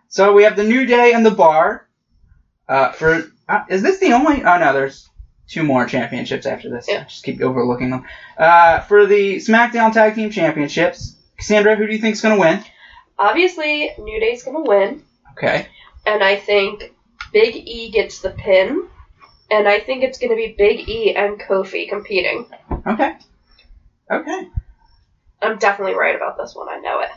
[SPEAKER 2] So we have the New Day and the Bar. Uh, for uh, is this the only? Oh no, there's two more championships after this.
[SPEAKER 1] Yeah.
[SPEAKER 2] I just keep overlooking them. Uh, for the SmackDown Tag Team Championships, Cassandra, who do you think's going to win?
[SPEAKER 1] Obviously, New Day's going to win,
[SPEAKER 2] Okay.
[SPEAKER 1] and I think Big E gets the pin, and I think it's going to be Big E and Kofi competing.
[SPEAKER 2] Okay. Okay.
[SPEAKER 1] I'm definitely right about this one. I know it.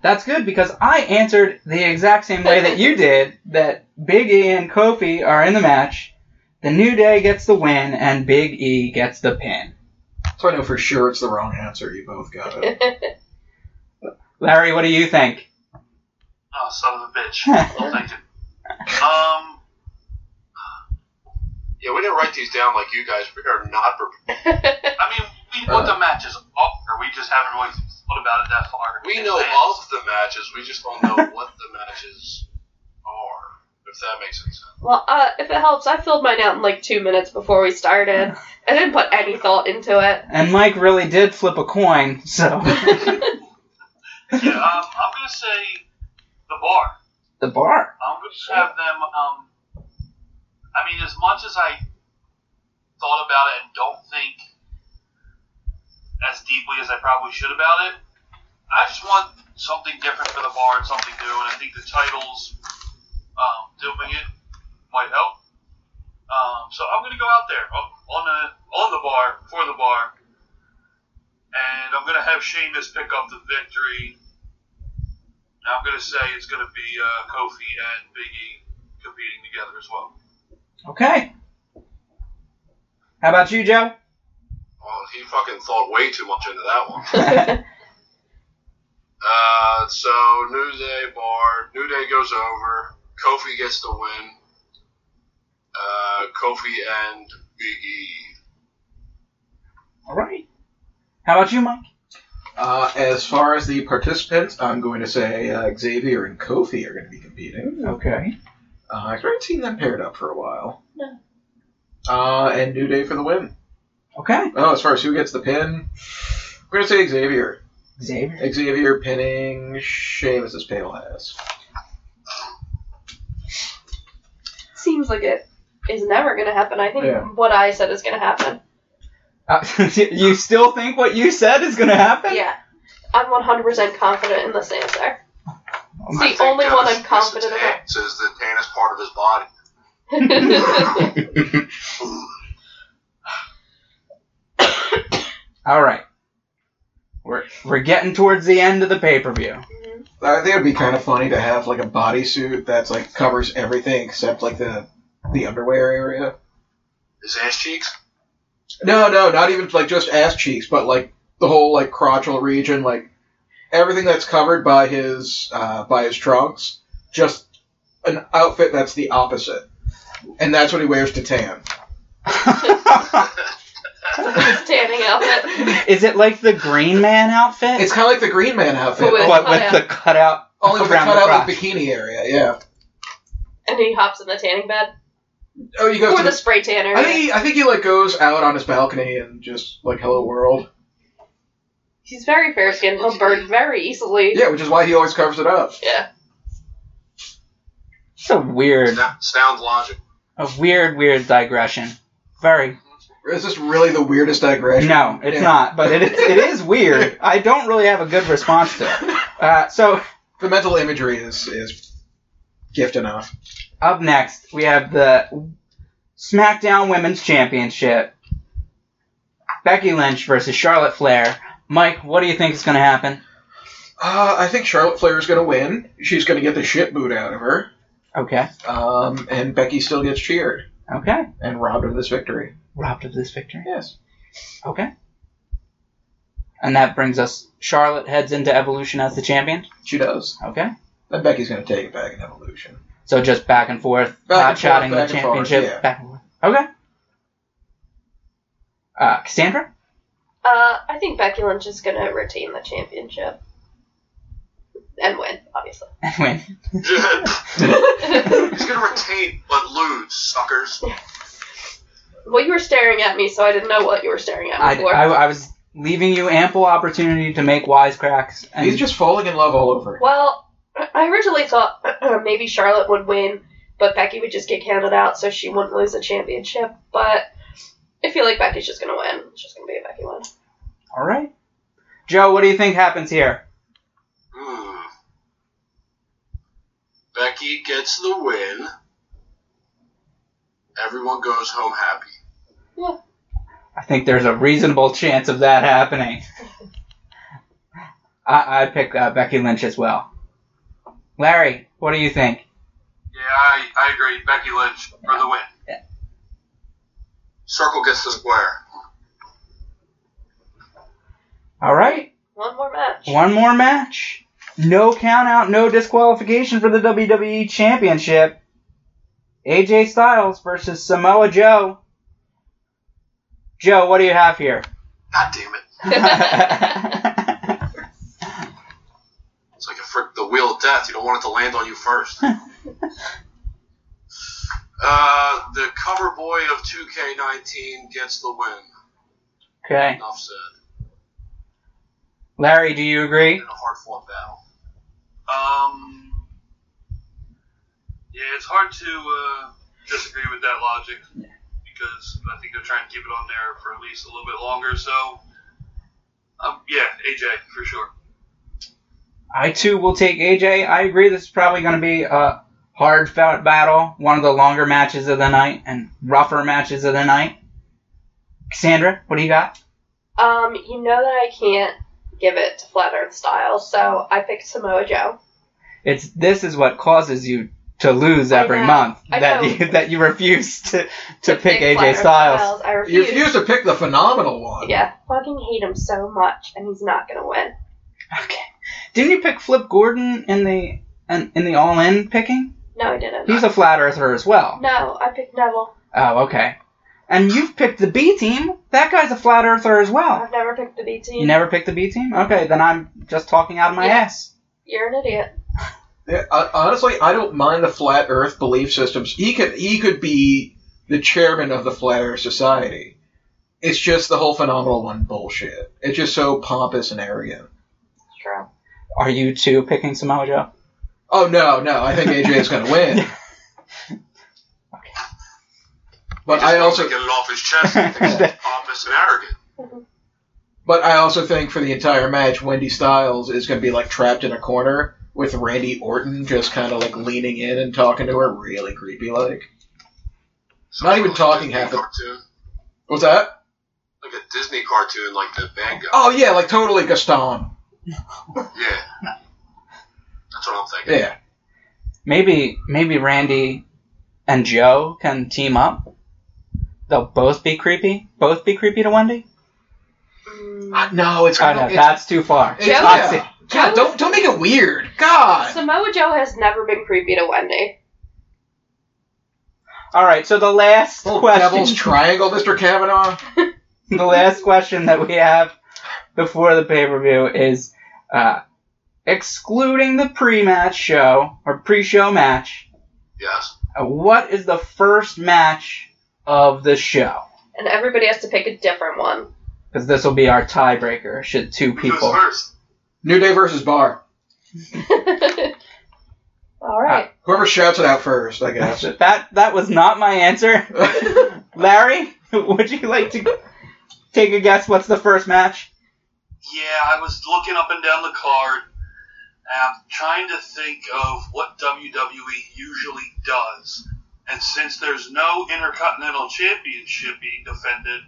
[SPEAKER 2] That's good because I answered the exact same way that you did that Big E and Kofi are in the match. The New Day gets the win and Big E gets the pin.
[SPEAKER 3] So I know for sure it's the wrong answer. You both got it.
[SPEAKER 2] Larry, what do you think?
[SPEAKER 4] Oh, son of a bitch. Well, thank you. Um,
[SPEAKER 5] Yeah, we didn't write these down like you guys. We are not prepared.
[SPEAKER 4] I mean, we know what the matches are. We just haven't really thought about it that far.
[SPEAKER 5] We know
[SPEAKER 4] all.
[SPEAKER 5] of the matches. We just don't know what the matches are. If that makes any sense.
[SPEAKER 1] well, uh, if it helps, I filled mine out in like two minutes before we started. I didn't put any thought into it.
[SPEAKER 2] And Mike really did flip a coin, so
[SPEAKER 4] Yeah, um, I'm gonna say the bar.
[SPEAKER 2] the bar.
[SPEAKER 4] I'm gonna have them. Um, I mean, as much as I thought about it and don't think as deeply as I probably should about it, I just want something different for the bar and something new, and I think the titles um, doing it might help. Um, so I'm gonna go out there on on the on the bar for the bar, and I'm gonna have Sheamus pick up the victory. And I'm gonna say it's gonna be uh, Kofi and Big E competing together as well.
[SPEAKER 2] Okay. How about you, Joe?
[SPEAKER 5] Well, he fucking thought way too much into that one. Uh, so New Day bar. New Day goes over. Kofi gets the win. Uh, Kofi and E. Biggie.
[SPEAKER 2] All right. How about you, Mike?
[SPEAKER 3] Uh, as far as the participants, I'm going to say uh, Xavier and Kofi are going to be competing.
[SPEAKER 2] Okay.
[SPEAKER 3] Uh, I haven't seen them paired up for a while.
[SPEAKER 1] No.
[SPEAKER 3] Uh, and New Day for the win.
[SPEAKER 2] Okay.
[SPEAKER 3] Oh, as far as who gets the pin, we're going to say Xavier.
[SPEAKER 2] Xavier.
[SPEAKER 3] Xavier pinning Sheamus's pale ass.
[SPEAKER 1] Seems like it. is never going to happen. I think
[SPEAKER 3] Yeah.
[SPEAKER 1] what I said is going to happen.
[SPEAKER 2] Uh, you still think what you said is going to happen?
[SPEAKER 1] Yeah. I'm 100% confident in this answer.
[SPEAKER 3] Oh
[SPEAKER 1] It's
[SPEAKER 5] I
[SPEAKER 1] the
[SPEAKER 5] think
[SPEAKER 1] only one
[SPEAKER 5] Dennis
[SPEAKER 1] I'm confident
[SPEAKER 5] misses
[SPEAKER 1] about.
[SPEAKER 5] ants Is that tan is part of his body?
[SPEAKER 2] All right. We're, we're getting towards the end of the pay per view.
[SPEAKER 1] Mhm.
[SPEAKER 3] I think it'd be kind of funny to have like a bodysuit that's like covers everything except like the the underwear area.
[SPEAKER 5] His ass cheeks?
[SPEAKER 3] No, no, not even like just ass cheeks, but like the whole like crotchal region, like everything that's covered by his uh, by his trunks. Just an outfit that's the opposite, and that's what he wears to tan.
[SPEAKER 1] It's tanning outfit.
[SPEAKER 2] is it like the Green Man outfit?
[SPEAKER 3] It's kind of like the Green Man outfit,
[SPEAKER 1] With
[SPEAKER 2] but with
[SPEAKER 1] cutout.
[SPEAKER 2] the cutout
[SPEAKER 3] only with a
[SPEAKER 2] around the
[SPEAKER 3] cutout of the
[SPEAKER 2] crotch.
[SPEAKER 3] bikini area. Yeah.
[SPEAKER 1] And he hops in the tanning bed.
[SPEAKER 3] Oh, you go
[SPEAKER 1] Or
[SPEAKER 3] to
[SPEAKER 1] the
[SPEAKER 3] the.
[SPEAKER 1] spray tan
[SPEAKER 3] I
[SPEAKER 1] area.
[SPEAKER 3] think he, I think he like goes out on his balcony and just like hello world.
[SPEAKER 1] He's very fair skinned. He'll burn very easily.
[SPEAKER 3] Yeah, which is why he always covers it up.
[SPEAKER 1] Yeah.
[SPEAKER 2] It's a weird,
[SPEAKER 5] Sna- sounds logic.
[SPEAKER 2] a weird, weird digression. Very.
[SPEAKER 3] Is this really the weirdest digression?
[SPEAKER 2] No, it's
[SPEAKER 3] Yeah.
[SPEAKER 2] not, but it is, it is weird. I don't really have a good response to it. Uh, so,
[SPEAKER 3] The mental imagery is is gift enough.
[SPEAKER 2] up next, we have the SmackDown Women's Championship. Becky Lynch versus Charlotte Flair. Mike, what do you think is going to happen?
[SPEAKER 3] Uh, I think Charlotte Flair is going to win. She's going to get the shit boot out of her,
[SPEAKER 2] Okay,
[SPEAKER 3] um, and Becky still gets cheered
[SPEAKER 2] okay.
[SPEAKER 3] and robbed of this victory.
[SPEAKER 2] Robbed of this victory.
[SPEAKER 3] Yes.
[SPEAKER 2] Okay. And that brings us Charlotte heads into Evolution as the champion.
[SPEAKER 3] She does.
[SPEAKER 2] Okay.
[SPEAKER 3] Then Becky's going to take it back in Evolution.
[SPEAKER 2] So just back and forth,
[SPEAKER 3] Back and
[SPEAKER 2] hot shotting
[SPEAKER 3] forth,
[SPEAKER 2] the
[SPEAKER 3] back and forth,
[SPEAKER 2] championship.
[SPEAKER 3] yeah.
[SPEAKER 2] Back and forth. Okay. Uh, Cassandra?
[SPEAKER 1] Uh, I think Becky Lynch is going to retain the championship. And win, obviously.
[SPEAKER 2] Win.
[SPEAKER 5] He's
[SPEAKER 1] well,
[SPEAKER 5] gonna retain but lose, suckers.
[SPEAKER 1] you were staring at me, so I didn't know what you were staring at me
[SPEAKER 2] I,
[SPEAKER 1] for.
[SPEAKER 2] I, I was leaving you ample opportunity to make wisecracks. And
[SPEAKER 3] He's just falling in love all over.
[SPEAKER 1] Well, I originally thought maybe Charlotte would win, but Becky would just get counted out, so she wouldn't lose the championship. But I feel like Becky's just gonna win. It's just gonna be a Becky win.
[SPEAKER 2] All right. Joe, what do you think happens here?
[SPEAKER 5] Hmm. Becky gets the win. Everyone goes home happy.
[SPEAKER 2] I think there's a reasonable chance of that happening. I, I pick uh, Becky Lynch as well. Larry, what do you think?
[SPEAKER 5] Yeah, I, I agree. Becky Lynch
[SPEAKER 2] for the
[SPEAKER 5] win.
[SPEAKER 2] Yeah.
[SPEAKER 5] Circle gets the square.
[SPEAKER 2] All right.
[SPEAKER 1] One more match.
[SPEAKER 2] One more match. No count out, no disqualification for the WWE Championship. AJ Styles versus Samoa Joe. Joe, what do you have here?
[SPEAKER 5] God damn it.
[SPEAKER 2] All
[SPEAKER 5] It's like a frick the wheel of death. You don't want it to land on you first. uh, the cover boy of 2K19 gets the win.
[SPEAKER 2] Okay.
[SPEAKER 5] Enough said.
[SPEAKER 2] Larry, do you agree?
[SPEAKER 5] In a hard fought battle.
[SPEAKER 4] Um, yeah, it's hard to uh, disagree with that logic because I think they're trying to keep it on there for at least a little bit longer. So, um, yeah, AJ for sure.
[SPEAKER 2] I too will take AJ. I agree this is probably going to be a hard fought battle, one of the longer matches of the night and rougher matches of the night. Cassandra, what do you got?
[SPEAKER 1] Um, you know that I can't give it to Flat Earth Style, so I picked Samoa Joe.
[SPEAKER 2] It's this is what causes you to lose
[SPEAKER 1] I
[SPEAKER 2] every
[SPEAKER 1] know.
[SPEAKER 2] month
[SPEAKER 1] I
[SPEAKER 2] that
[SPEAKER 1] know.
[SPEAKER 2] you that you refuse to to
[SPEAKER 1] I
[SPEAKER 2] pick
[SPEAKER 1] picked Flat
[SPEAKER 2] AJ
[SPEAKER 1] Earth
[SPEAKER 2] Styles.
[SPEAKER 1] I
[SPEAKER 3] You
[SPEAKER 1] refuse.
[SPEAKER 3] refuse to pick the phenomenal one.
[SPEAKER 1] Yeah, fucking hate him so much, and he's not gonna win.
[SPEAKER 2] Okay. Didn't you pick Flip Gordon in the in, in the all in picking?
[SPEAKER 1] No, I didn't.
[SPEAKER 2] He's a flat earther as well.
[SPEAKER 1] no, I picked Neville.
[SPEAKER 2] Oh, okay. And you've picked the B team. That guy's a flat earther as well.
[SPEAKER 1] I've never picked the B team.
[SPEAKER 2] You never picked the B team? Okay, then I'm just talking out of my
[SPEAKER 1] Yeah.
[SPEAKER 2] ass.
[SPEAKER 1] You're an idiot.
[SPEAKER 3] Yeah, I, honestly, I don't mind the flat Earth belief systems. He could he could be the chairman of the Flat Earth Society. It's just the whole phenomenal one bullshit. It's just so pompous and arrogant.
[SPEAKER 1] True.
[SPEAKER 2] Are you two picking Samoa Joe?
[SPEAKER 3] Oh no, no! I think AJ is going to win.
[SPEAKER 5] He
[SPEAKER 3] But
[SPEAKER 5] just
[SPEAKER 3] I
[SPEAKER 5] wants
[SPEAKER 3] also
[SPEAKER 5] to get it off his chest. He thinks he's pompous and arrogant.
[SPEAKER 3] But I also think for the entire match, Wendy Styles is going to be like trapped in a corner with Randy Orton just kind of like leaning in and talking to her, really creepy. Like, Not even talking
[SPEAKER 5] Disney
[SPEAKER 3] happened.
[SPEAKER 5] Cartoon,
[SPEAKER 3] what's that?
[SPEAKER 5] like a Disney cartoon, like the bad guy.
[SPEAKER 3] Oh yeah, like totally Gaston. Oh.
[SPEAKER 5] Yeah, that's what I'm thinking.
[SPEAKER 3] Yeah,
[SPEAKER 2] Maybe maybe Randy and Joe can team up. They'll both be creepy. Both be creepy to Wendy.
[SPEAKER 1] Mm.
[SPEAKER 3] I- Uh, no, it's
[SPEAKER 2] Oh
[SPEAKER 3] kind
[SPEAKER 2] no,
[SPEAKER 3] of
[SPEAKER 2] that's too far.
[SPEAKER 1] Joe-
[SPEAKER 2] Toxic.
[SPEAKER 3] yeah. God, don't don't make it weird. God,
[SPEAKER 1] Samoa Joe has never been creepy to Wendy.
[SPEAKER 2] All right, so the last
[SPEAKER 3] little Oh, devil's
[SPEAKER 2] question,
[SPEAKER 3] triangle, Mister Kavanaugh.
[SPEAKER 2] the last question that we have before the pay per view is, uh, excluding the pre-match show or pre-show match,
[SPEAKER 5] Yes.
[SPEAKER 2] uh, what is the first match of the show?
[SPEAKER 1] And everybody has to pick a different one.
[SPEAKER 2] Because this will be our tiebreaker. Should two
[SPEAKER 5] Who goes
[SPEAKER 2] people?
[SPEAKER 5] first?
[SPEAKER 3] New Day versus Bar.
[SPEAKER 1] All right.
[SPEAKER 2] Ah.
[SPEAKER 3] Whoever shouts it out first, I guess.
[SPEAKER 2] that that was not my answer. Larry, would you like to take a guess? What's the first match?
[SPEAKER 4] Yeah, I was looking up and down the card, and I'm trying to think of what WWE usually does. And since there's no Intercontinental Championship being defended,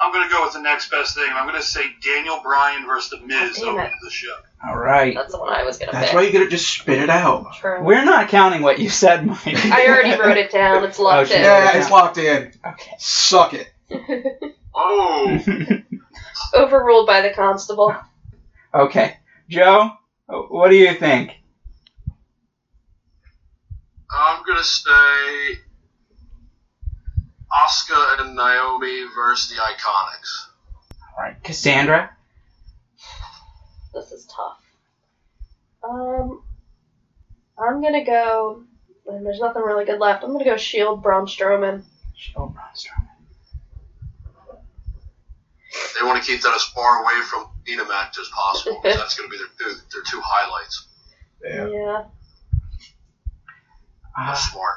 [SPEAKER 4] I'm going to go with the next best thing. and I'm going to say Daniel Bryan versus The Miz
[SPEAKER 1] damn
[SPEAKER 4] opens
[SPEAKER 1] it.
[SPEAKER 4] the show.
[SPEAKER 2] All right.
[SPEAKER 1] That's the one I was gonna
[SPEAKER 3] That's
[SPEAKER 1] pick.
[SPEAKER 3] why you gotta just spit it out.
[SPEAKER 1] True.
[SPEAKER 2] We're not counting what you said, Mike.
[SPEAKER 1] I already wrote it down. It's locked
[SPEAKER 2] Oh,
[SPEAKER 1] in.
[SPEAKER 2] shit.
[SPEAKER 3] Yeah, it's locked in.
[SPEAKER 2] Okay.
[SPEAKER 3] Suck it.
[SPEAKER 5] Oh,
[SPEAKER 1] Overruled by the constable.
[SPEAKER 2] okay. Joe, what do you think?
[SPEAKER 5] I'm gonna say Oscar and Naomi versus the Iconics.
[SPEAKER 2] All right, Cassandra.
[SPEAKER 1] This is tough. Um, I'm gonna go. And there's nothing really good left. I'm gonna go Shield Braun Strowman.
[SPEAKER 2] Joe Bronstrom.
[SPEAKER 5] They want to keep that as far away from Cena match as possible because that's gonna be their two, their two highlights.
[SPEAKER 3] Yeah.
[SPEAKER 2] Ah,
[SPEAKER 5] That's smart.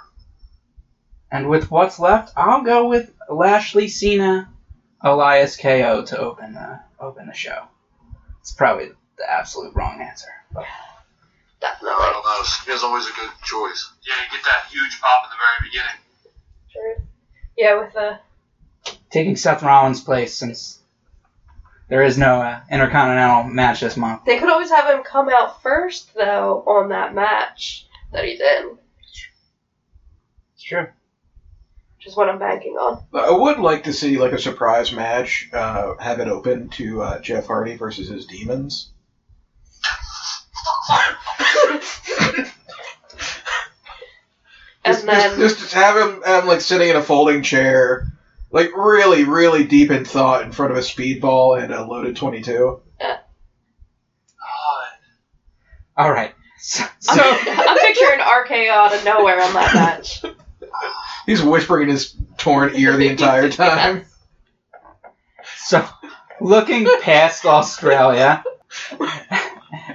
[SPEAKER 2] and with what's left, I'll go with Lashley, Cena, Elias, KO to open the open the show. It's probably the absolute wrong answer. but-
[SPEAKER 5] No,
[SPEAKER 1] definitely.
[SPEAKER 5] I don't know. Cena's always a good choice.
[SPEAKER 4] Yeah, you get that huge pop at the very beginning.
[SPEAKER 1] True. Yeah, with the
[SPEAKER 2] taking Seth Rollins' place since there is no uh, intercontinental match this month.
[SPEAKER 1] they could always have him come out first though on that match that he did, which
[SPEAKER 2] Sure.
[SPEAKER 1] is what I'm banking on.
[SPEAKER 3] I would like to see like a surprise match, uh, have it open to uh, Jeff Hardy versus his demons.
[SPEAKER 1] And
[SPEAKER 3] just,
[SPEAKER 1] then
[SPEAKER 3] just, just- just have him, have him like sitting in a folding chair, like really, really deep in thought, in front of a speedball and a loaded twenty-two.
[SPEAKER 4] God.
[SPEAKER 2] All right. So,
[SPEAKER 1] I'm,
[SPEAKER 2] so-
[SPEAKER 1] I'm picturing RKO out of nowhere on that match.
[SPEAKER 3] He's whispering in his torn ear the entire time.
[SPEAKER 2] so looking past Australia,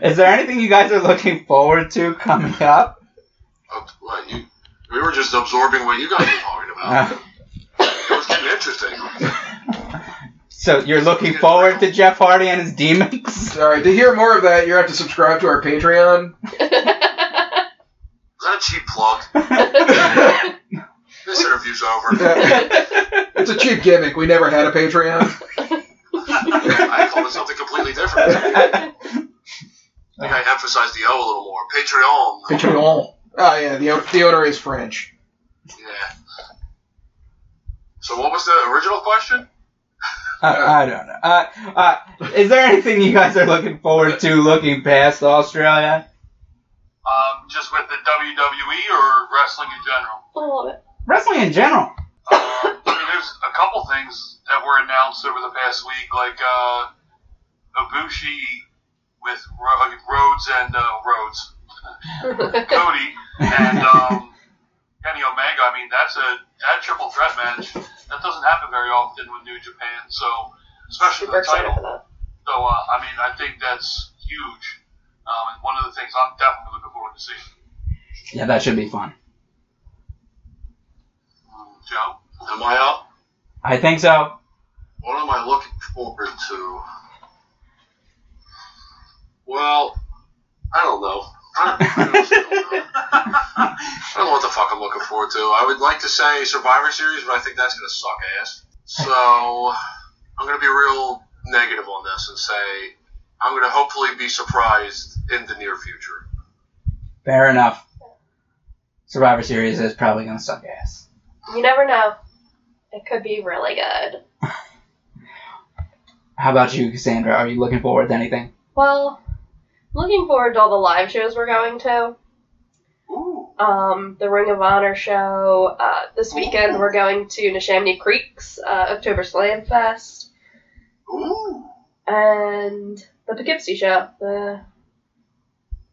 [SPEAKER 2] is there anything you guys are looking forward to coming up?
[SPEAKER 5] Uh, what, you, we were just absorbing what you guys were talking about.
[SPEAKER 2] Uh,
[SPEAKER 5] It was getting interesting.
[SPEAKER 2] so you're looking forward to Jeff Hardy and his demons?
[SPEAKER 3] All right, to hear more of that, you have to subscribe to our Patreon.
[SPEAKER 5] Is that a cheap plug? This interview's over.
[SPEAKER 3] it's a cheap gimmick. We never had a Patreon.
[SPEAKER 5] I called it something completely different. I think I emphasized the O a little more. Patreon.
[SPEAKER 3] Patreon. Oh yeah, the o- the owner is French.
[SPEAKER 5] Yeah. So what was the original question?
[SPEAKER 2] I, I don't know. Uh, uh, is there anything you guys are looking forward to looking past Australia?
[SPEAKER 4] Um, just with the WWE or wrestling in general?
[SPEAKER 1] I love it.
[SPEAKER 2] Wrestling in general.
[SPEAKER 4] Uh, I mean, there's a couple things that were announced over the past week, like uh, Ibushi with Ro- Rhodes and uh, Rhodes, Cody and um, Kenny Omega. I mean, that's a that triple threat match that doesn't happen very often with New Japan. So, especially
[SPEAKER 1] Super
[SPEAKER 4] the
[SPEAKER 1] excited for
[SPEAKER 4] Ah, title.
[SPEAKER 1] that.
[SPEAKER 4] So, uh, I mean, I think that's huge. Um, and one of the things I'm definitely looking forward to seeing.
[SPEAKER 2] Yeah, that should be fun.
[SPEAKER 5] Mm,
[SPEAKER 4] Joe.
[SPEAKER 5] Am I up?
[SPEAKER 2] I think so.
[SPEAKER 5] What am I looking forward to? Well, I don't know. I don't, I, honestly don't know. I don't know what the fuck I'm looking forward to. I would like to say Survivor Series, but I think that's going to suck ass. So I'm going to be real negative on this and say I'm going to hopefully be surprised in the near future.
[SPEAKER 2] Fair enough. Survivor Series is probably gonna suck ass.
[SPEAKER 1] You never know. It could be really good.
[SPEAKER 2] How about you, Cassandra? Are you looking forward to anything?
[SPEAKER 1] Well, looking forward to all the live shows we're going to.
[SPEAKER 5] Ooh.
[SPEAKER 1] Um, the Ring of Honor show. Uh, this weekend we're going to Neshaminy Creek's uh, October Slam Fest.
[SPEAKER 5] Ooh.
[SPEAKER 1] And the Poughkeepsie show. The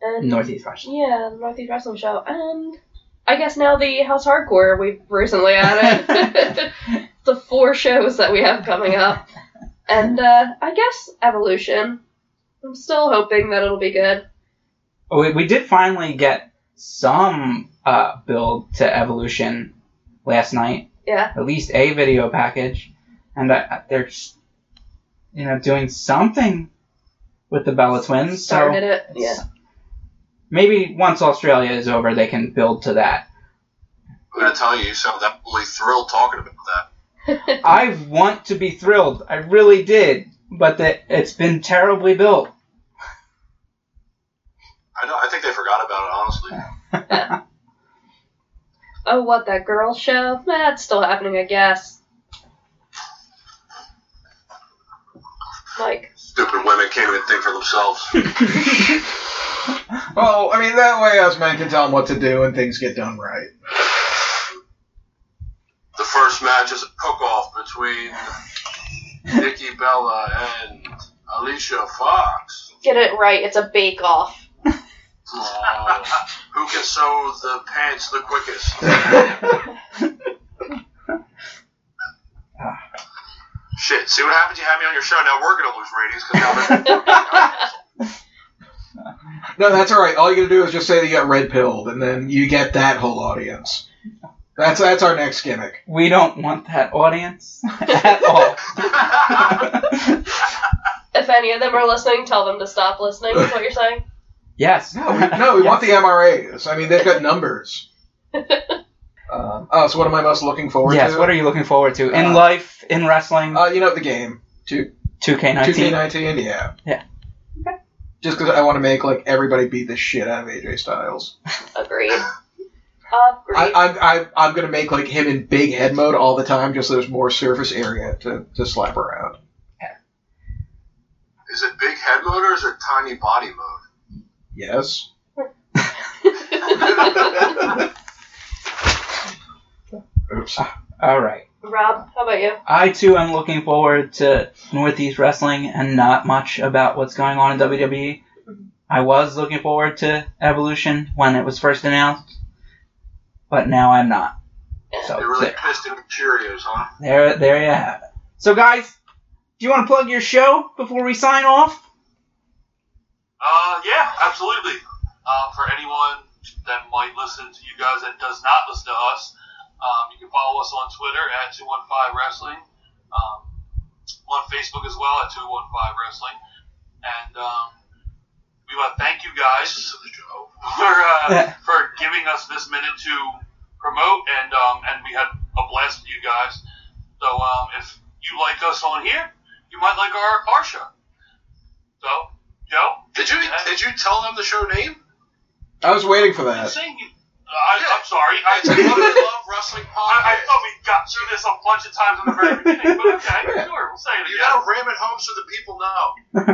[SPEAKER 1] and
[SPEAKER 2] Northeast Russian.
[SPEAKER 1] Yeah, the Northeast Wrestling Show, and I guess now the House Hardcore we've recently added. the four shows that we have coming up, and uh, I guess Evolution. I'm still hoping that it'll be good.
[SPEAKER 2] Oh, We, we did finally get some uh, build to Evolution last night.
[SPEAKER 1] Yeah.
[SPEAKER 2] At least a video package, and uh, they're s- you know doing something with the Bella Twins. so
[SPEAKER 1] Started it. Yeah.
[SPEAKER 2] it's- Maybe once Australia is over, they can build to that.
[SPEAKER 5] I'm going to tell you, you sound absolutely thrilled talking about that.
[SPEAKER 2] I want to be thrilled. I really did. But that it's been terribly built.
[SPEAKER 5] I, know, I think they forgot about it, honestly.
[SPEAKER 1] Oh, what that girl show? That's still happening, I guess. Like,
[SPEAKER 5] Stupid women can't even think for themselves.
[SPEAKER 3] Well, I mean, that way us men can tell them what to do and things get done right.
[SPEAKER 5] the first match is a cook-off between Nikki Bella and Alicia Fox.
[SPEAKER 1] get it right. It's a Bake Off.
[SPEAKER 5] Uh, who can sew the pants the quickest? Shit, see what happens? You have me on your show. Now we're going to lose ratings because now
[SPEAKER 3] No, that's all right. All you gotta do is just say that you got red pilled, and then you get that whole audience. That's that's our next gimmick.
[SPEAKER 2] We don't want that audience at all.
[SPEAKER 1] If any of them are listening, tell them to stop listening. Is what you're saying?
[SPEAKER 2] yes.
[SPEAKER 3] No, we, no, we want the MRAs. I mean, they've got numbers. Um, oh, so what am I most looking forward
[SPEAKER 2] Yes,
[SPEAKER 3] to?
[SPEAKER 2] what are you looking forward to? In
[SPEAKER 3] Uh,
[SPEAKER 2] life, in wrestling,
[SPEAKER 3] uh, you know the game two
[SPEAKER 2] 2K19.
[SPEAKER 3] 2K19. Yeah.
[SPEAKER 2] Yeah.
[SPEAKER 1] Okay.
[SPEAKER 3] Just because I want to make like everybody beat the shit out of AJ Styles.
[SPEAKER 1] Agreed.
[SPEAKER 3] I,
[SPEAKER 1] Agreed.
[SPEAKER 3] I, I, I'm gonna make like him in big head mode all the time, just so there's more surface area to, to slap around.
[SPEAKER 5] Is it big head mode or is it tiny body mode?
[SPEAKER 3] Yes. Oops.
[SPEAKER 2] All right.
[SPEAKER 1] Rob, how about you?
[SPEAKER 2] I too am looking forward to Northeast Wrestling and not much about what's going on in WWE. I was looking forward to Evolution when it was first announced, but now I'm not. So
[SPEAKER 5] They really
[SPEAKER 2] there.
[SPEAKER 5] pissed in Cheerios, huh?
[SPEAKER 2] There, there you have it. So, guys, do you want to plug your show before we sign off?
[SPEAKER 4] Uh, yeah, absolutely. Uh, for anyone that might listen to you guys that does not listen to us, um, you can follow us on Twitter at 215 Wrestling, um, on Facebook as well at 215 Wrestling. And um, we want to thank you guys for, uh, for giving us this minute to promote, and, um, and we had a blast with you guys. So um, if you like us on here, you might like our, our show. So, Joe?
[SPEAKER 5] Did you did you tell them the show name?
[SPEAKER 3] I was waiting for that.
[SPEAKER 4] Saying you- Uh, I, I'm sorry. I,
[SPEAKER 5] It's a Love and Love Wrestling
[SPEAKER 4] I, I
[SPEAKER 5] Podcast.
[SPEAKER 4] thought we got through this a bunch of times in the very beginning, but okay, sure, we'll say it
[SPEAKER 5] You
[SPEAKER 4] again.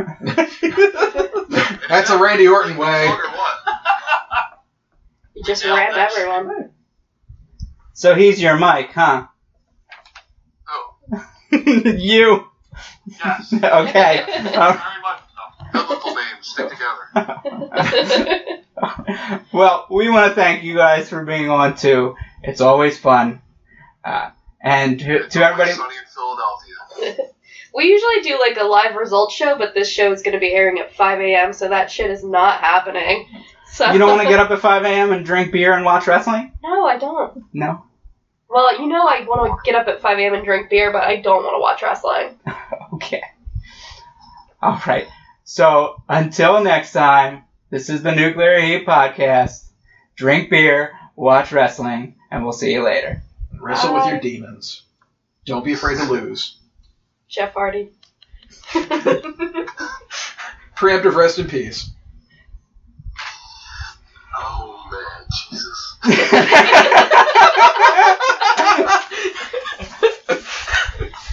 [SPEAKER 5] gotta ram it home so the people know.
[SPEAKER 3] That's a Randy Orton way.
[SPEAKER 5] Plug or what?
[SPEAKER 1] You just
[SPEAKER 5] Yeah,
[SPEAKER 1] rammed
[SPEAKER 5] that's-
[SPEAKER 1] everyone.
[SPEAKER 2] So he's your mic, huh?
[SPEAKER 5] Oh,
[SPEAKER 2] you.
[SPEAKER 4] Yes.
[SPEAKER 2] Okay. All
[SPEAKER 4] Very much so.
[SPEAKER 5] biblical names stick together.
[SPEAKER 2] well, we want to thank you guys for being on too. It's always fun. Uh, and to,
[SPEAKER 5] It's
[SPEAKER 2] to everybody,
[SPEAKER 5] Always Sunny in Philadelphia.
[SPEAKER 1] we usually do like a live results show, but this show is going to be airing at 5 a.m., so that shit is not happening. So
[SPEAKER 2] you don't want to get up at 5 a.m. and drink beer and watch wrestling?
[SPEAKER 1] No, I don't.
[SPEAKER 2] No.
[SPEAKER 1] Well, you know I want to get up at 5 a.m. and drink beer, but I don't want to watch wrestling.
[SPEAKER 2] Okay. All right. So until next time, this is the Nuclear Heat Podcast. Drink beer, watch wrestling, and we'll see you later.
[SPEAKER 3] Wrestle with your
[SPEAKER 1] Bye.
[SPEAKER 3] demons. Don't be afraid to lose.
[SPEAKER 1] Jeff Hardy.
[SPEAKER 3] Preemptive rest in peace.
[SPEAKER 5] Oh man, Jesus.